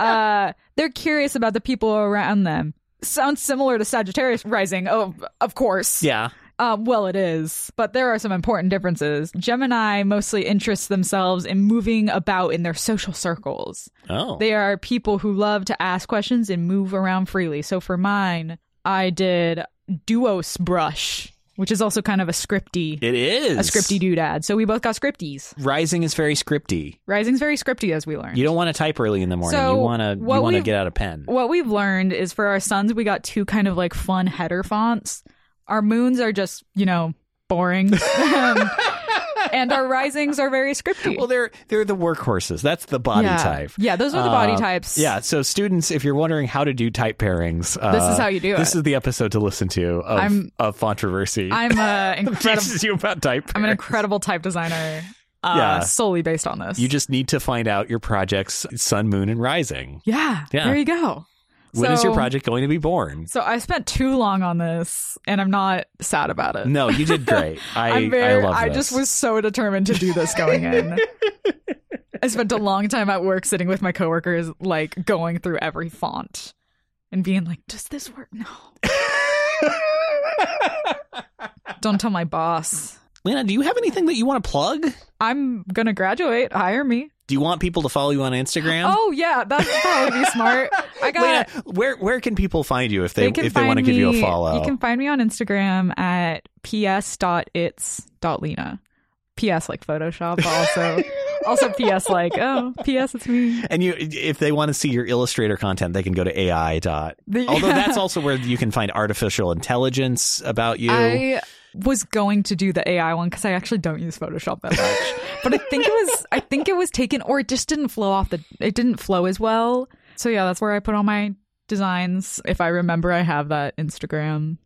Speaker 1: uh, they're curious about the people around them. Sounds similar to Sagittarius rising. Oh, of course.
Speaker 2: Yeah.
Speaker 1: Um, well, it is, but there are some important differences. Gemini mostly interests themselves in moving about in their social circles.
Speaker 2: Oh.
Speaker 1: They are people who love to ask questions and move around freely. So for mine, I did Duos Brush, which is also kind of a scripty,
Speaker 2: it is
Speaker 1: a scripty doodad. So we both got scripties.
Speaker 2: Rising is very scripty.
Speaker 1: Rising's very scripty, as we learned.
Speaker 2: You don't want to type early in the morning.
Speaker 1: So
Speaker 2: you want to you
Speaker 1: what
Speaker 2: want to
Speaker 1: we-
Speaker 2: get out a pen.
Speaker 1: what we've learned is for our sons, we got two kind of like fun header fonts. Our moons are just, you know, boring. Um, and our risings are very scripty.
Speaker 2: Well, they're they're the workhorses. That's the body
Speaker 1: yeah.
Speaker 2: type.
Speaker 1: Yeah, those are the body
Speaker 2: Uh,
Speaker 1: types.
Speaker 2: Yeah. So students, if you're wondering how to do type pairings, uh,
Speaker 1: This is how you do
Speaker 2: This
Speaker 1: it.
Speaker 2: is the episode to listen to of
Speaker 1: I'm-
Speaker 2: of controversy.
Speaker 1: I'm uh, incredible.
Speaker 2: teaches you about type.
Speaker 1: I'm an
Speaker 2: pairing.
Speaker 1: incredible type designer. Uh,
Speaker 2: Yeah.
Speaker 1: solely based on this.
Speaker 2: You just need to find out your project's sun, moon, and rising.
Speaker 1: yeah,
Speaker 2: Yeah.
Speaker 1: There you go.
Speaker 2: When is your
Speaker 1: So-
Speaker 2: project going to be born?
Speaker 1: So I spent too long on this, and I'm not sad about it.
Speaker 2: No, you did great. I
Speaker 1: I'm very.
Speaker 2: I love
Speaker 1: I
Speaker 2: this.
Speaker 1: just was so determined to do this going in. I spent a long time at work sitting with my coworkers, like going through every font and being like, "Does this work? No." Don't tell my boss.
Speaker 2: Lena, do you have anything that you want to plug? Do
Speaker 1: I'm gonna graduate. Hire me.
Speaker 2: you want people to follow you on Instagram?
Speaker 1: Oh yeah, that'd probably be smart. I got.
Speaker 2: Um, Lena, where where can people find you if they,
Speaker 1: can
Speaker 2: if they want to
Speaker 1: find
Speaker 2: give you a
Speaker 1: me-
Speaker 2: follow?
Speaker 1: You can find me on Instagram at ps.its.lena. PS like Photoshop, but also also PS like oh PS it's me.
Speaker 2: and you if they want to see your illustrator content, they can go to AI dot.
Speaker 1: The-
Speaker 2: Although that's also where you can find artificial intelligence about you.
Speaker 1: I was going to do the AI one because I actually don't use Photoshop that much, but I think it was I think it was taken or it just didn't flow off the it didn't flow as well. So yeah, that's where I put all my designs. If I remember, I have that Instagram,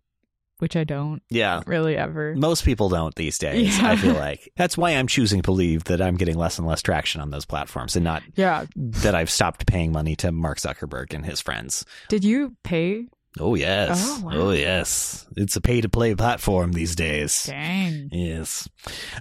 Speaker 1: which I don't
Speaker 2: yeah.
Speaker 1: really ever.
Speaker 2: Most people don't these days,
Speaker 1: Yeah.
Speaker 2: I feel like. That's why I'm choosing to believe that I'm getting less and less traction on those platforms and not
Speaker 1: Yeah,
Speaker 2: that I've stopped paying money to Mark Zuckerberg and his friends.
Speaker 1: did you pay?
Speaker 2: Oh yes.
Speaker 1: Oh, wow.
Speaker 2: yes. It's a pay to play platform these days.
Speaker 1: Dang.
Speaker 2: Yes.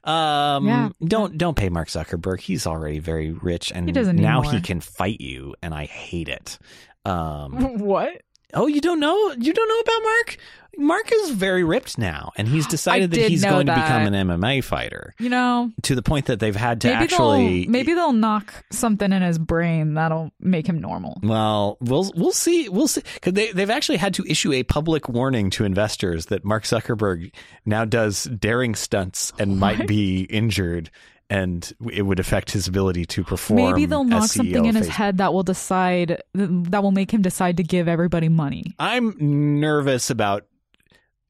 Speaker 2: Um
Speaker 1: Yeah.
Speaker 2: don't don't pay Mark Zuckerberg. He's already very rich and
Speaker 1: He doesn't need
Speaker 2: now
Speaker 1: more.
Speaker 2: he can fight you and I hate it. Um
Speaker 1: What?
Speaker 2: oh you don't know you don't know about Mark? Mark is very ripped now and he's decided that
Speaker 1: did
Speaker 2: he's
Speaker 1: know
Speaker 2: going to
Speaker 1: that.
Speaker 2: become an MMA fighter
Speaker 1: You know,
Speaker 2: to the point that they've had to
Speaker 1: maybe
Speaker 2: actually
Speaker 1: they'll maybe they'll knock something in his brain that'll make him normal.
Speaker 2: Well, we'll we'll see. We'll see. Cause they they've actually had to issue a public warning to investors that Mark Zuckerberg now does daring stunts and might be injured, and it would affect his ability to perform.
Speaker 1: maybe they'll
Speaker 2: as E
Speaker 1: knock
Speaker 2: CEO
Speaker 1: something in
Speaker 2: of
Speaker 1: his
Speaker 2: Facebook.
Speaker 1: head that will decide that will make him decide to give everybody money.
Speaker 2: I'm nervous about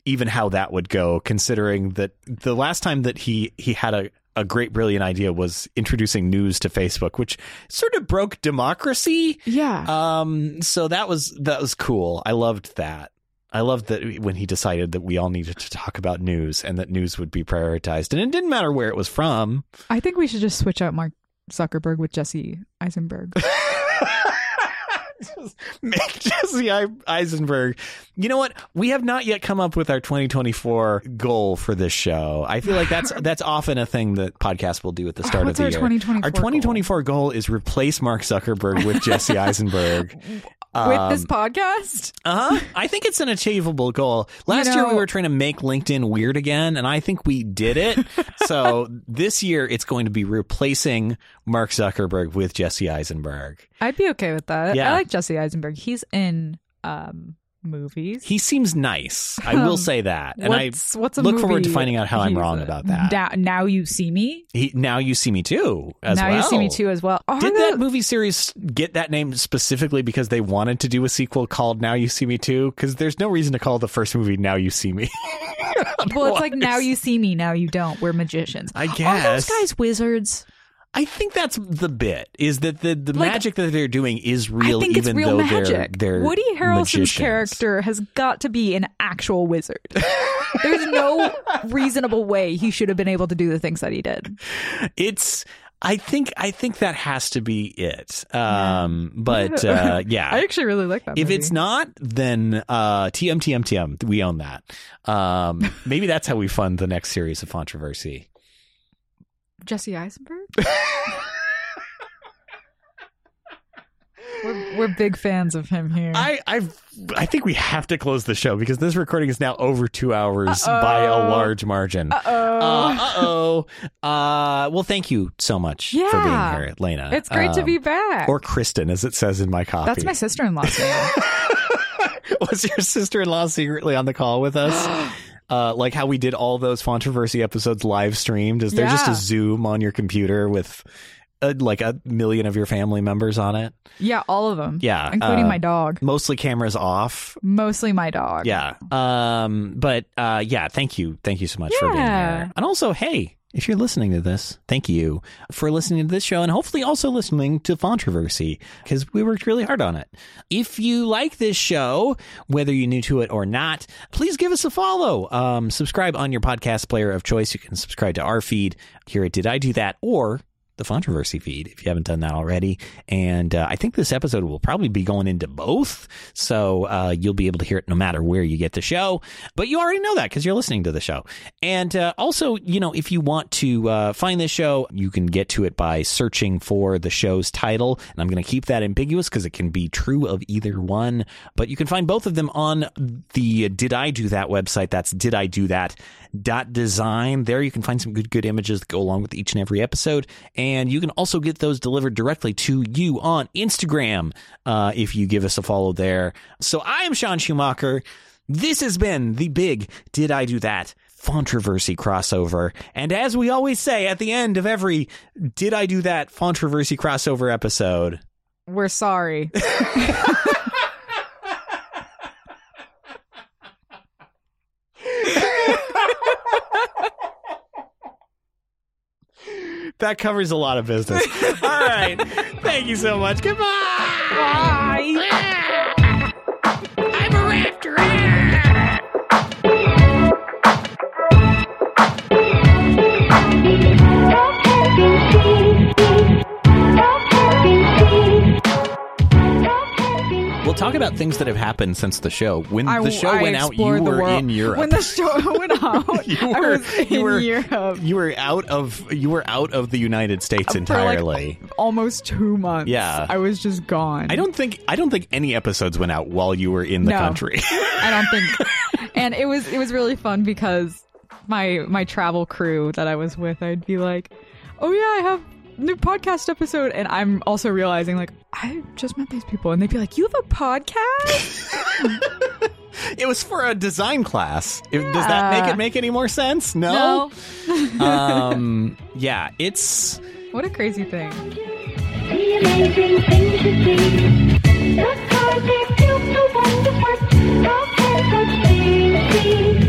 Speaker 2: even how that would go, considering that the last time that he he had a a great brilliant idea was introducing news to Facebook, which sort of broke democracy.
Speaker 1: Yeah.
Speaker 2: Um, so that was that was cool. I loved that. I loved that when he decided that we all needed to talk about news and that news would be prioritized, and it didn't matter where it was from.
Speaker 1: I think we should just switch out Mark Zuckerberg with Jesse Eisenberg.
Speaker 2: Just Make Jesse I- Eisenberg. You know what? We have not yet come up with our 2024 goal for this show. I feel like that's that's often a thing that podcasts will do at the start
Speaker 1: What's
Speaker 2: of the
Speaker 1: our
Speaker 2: year.
Speaker 1: 2024
Speaker 2: our 2024 goal? is replace Mark Zuckerberg with Jesse Eisenberg.
Speaker 1: with this
Speaker 2: Um,
Speaker 1: podcast?
Speaker 2: Uh huh. I think it's an achievable goal. Last year we
Speaker 1: know-
Speaker 2: were trying to make LinkedIn weird again, and I think we did it. so this year it's going to be replacing Mark Zuckerberg with Jesse Eisenberg.
Speaker 1: I'd be okay with that.
Speaker 2: Yeah.
Speaker 1: I like Jesse Eisenberg. He's in um movies.
Speaker 2: He seems nice. I will
Speaker 1: Um,
Speaker 2: say that, and I
Speaker 1: what's what's a
Speaker 2: look forward to
Speaker 1: movie
Speaker 2: finding out how I'm
Speaker 1: he's uh,
Speaker 2: wrong
Speaker 1: in?
Speaker 2: about that.
Speaker 1: Now, now you see me.
Speaker 2: he, now you see me too. As
Speaker 1: now you see me
Speaker 2: well.
Speaker 1: too as well. Are
Speaker 2: Did
Speaker 1: the-
Speaker 2: that movie series get that name specifically because they wanted to do a sequel called Now You See Me Too? Because there's no reason to call the first movie Now You See Me.
Speaker 1: Well, it's like now you see me, now you don't. We're magicians.
Speaker 2: I
Speaker 1: Are those
Speaker 2: guess.
Speaker 1: guys wizards?
Speaker 2: I think that's the bit is that the, the
Speaker 1: Like,
Speaker 2: magic that they're doing is real,
Speaker 1: I think it's
Speaker 2: even
Speaker 1: real
Speaker 2: though
Speaker 1: magic.
Speaker 2: they're they're
Speaker 1: Woody Harrelson's
Speaker 2: magicians.
Speaker 1: character has got to be an actual wizard. There's no reasonable way he should have been able to do the things that he did.
Speaker 2: It's I think I think that has to be it. Um, but uh, yeah,
Speaker 1: I actually really like that.
Speaker 2: if
Speaker 1: movie.
Speaker 2: it's not, then uh, TM TM TM, we own that. Um, maybe that's how we fund the next series of controversy.
Speaker 1: Jesse Eisenberg, we're, we're big fans of him here.
Speaker 2: I I I think we have to close the show because this recording is now over two hours by a
Speaker 1: Uh-oh.
Speaker 2: large margin.
Speaker 1: oh,
Speaker 2: Uh oh. Uh, well, thank you so much for
Speaker 1: Yeah.
Speaker 2: being here, Lena.
Speaker 1: it's great to
Speaker 2: Um,
Speaker 1: be back.
Speaker 2: Or Kristen, as it says in my copy.
Speaker 1: That's my sister-in-law's name.
Speaker 2: Was your sister in law secretly on the call with us? Uh, like how we did all those controversy episodes live streamed. Is there just
Speaker 1: Yeah.
Speaker 2: a Zoom on your computer with uh like a million of your family members on it?
Speaker 1: yeah, all of them.
Speaker 2: Yeah,
Speaker 1: including
Speaker 2: uh,
Speaker 1: my dog.
Speaker 2: Mostly cameras off.
Speaker 1: Mostly my dog.
Speaker 2: Yeah. Um. But uh. Yeah. Thank you. Thank you so much for being
Speaker 1: Yeah.
Speaker 2: here. And also, hey, if you're listening to this, thank you for listening to this show, and hopefully also listening to Fontroversy because we worked really hard on it. If you like this show, whether you're new to it or not, please give us a follow. Um. Subscribe on your podcast player of choice. You can subscribe to our feed here at Did I Do That or the Fontroversy feed if you haven't done that already. And uh, I think this episode will probably be going into both. So uh, you'll be able to hear it no matter where you get the show. But you already know that because you're listening to the show. And uh, also, you know, if you want to uh, find this show, you can get to it by searching for the show's title. And I'm going to keep that ambiguous because it can be true of either one. But you can find both of them on the Did I Do That website. That's Did I Do That dot design. There you can find some good good images that go along with each and every episode, and you can also get those delivered directly to you on Instagram uh, if you give us a follow there. So I am Sean Schumacher. This has been the big Did I Do That Fontroversy crossover. And as we always say at the end of every Did I Do That Fontroversy crossover episode,
Speaker 1: We're sorry.
Speaker 2: that covers a lot of business. All right. Thank you so much. Goodbye.
Speaker 1: Bye.
Speaker 3: I'm a raptor. Ah!
Speaker 2: We'll talk about things that have happened since the show. When
Speaker 1: I,
Speaker 2: the show
Speaker 1: I
Speaker 2: went out, you
Speaker 1: explored the
Speaker 2: were
Speaker 1: world.
Speaker 2: in Europe.
Speaker 1: When the show went out,
Speaker 2: You
Speaker 1: I
Speaker 2: were-
Speaker 1: was in
Speaker 2: you were-
Speaker 1: Europe Uh,
Speaker 2: you were out of you were out of the United States
Speaker 1: for like
Speaker 2: entirely.
Speaker 1: al- almost two months.
Speaker 2: Yeah.
Speaker 1: I was just gone.
Speaker 2: I don't think I don't think any episodes went out while you were in the
Speaker 1: No.
Speaker 2: country.
Speaker 1: I don't think. and it was it was really fun because my my travel crew that I was with, I'd be like, "Oh yeah, I have new podcast episode," and I'm also realizing like I just met these people, and they'd be like, "You have a podcast?"
Speaker 2: it was for a design class. If- Does that make
Speaker 1: Yeah.
Speaker 2: it make any more sense? No.
Speaker 1: no,
Speaker 2: um, yeah, it's
Speaker 1: what a crazy thing.
Speaker 3: The amazing thing to see. The cosmic field, the wonderful, the fantastic.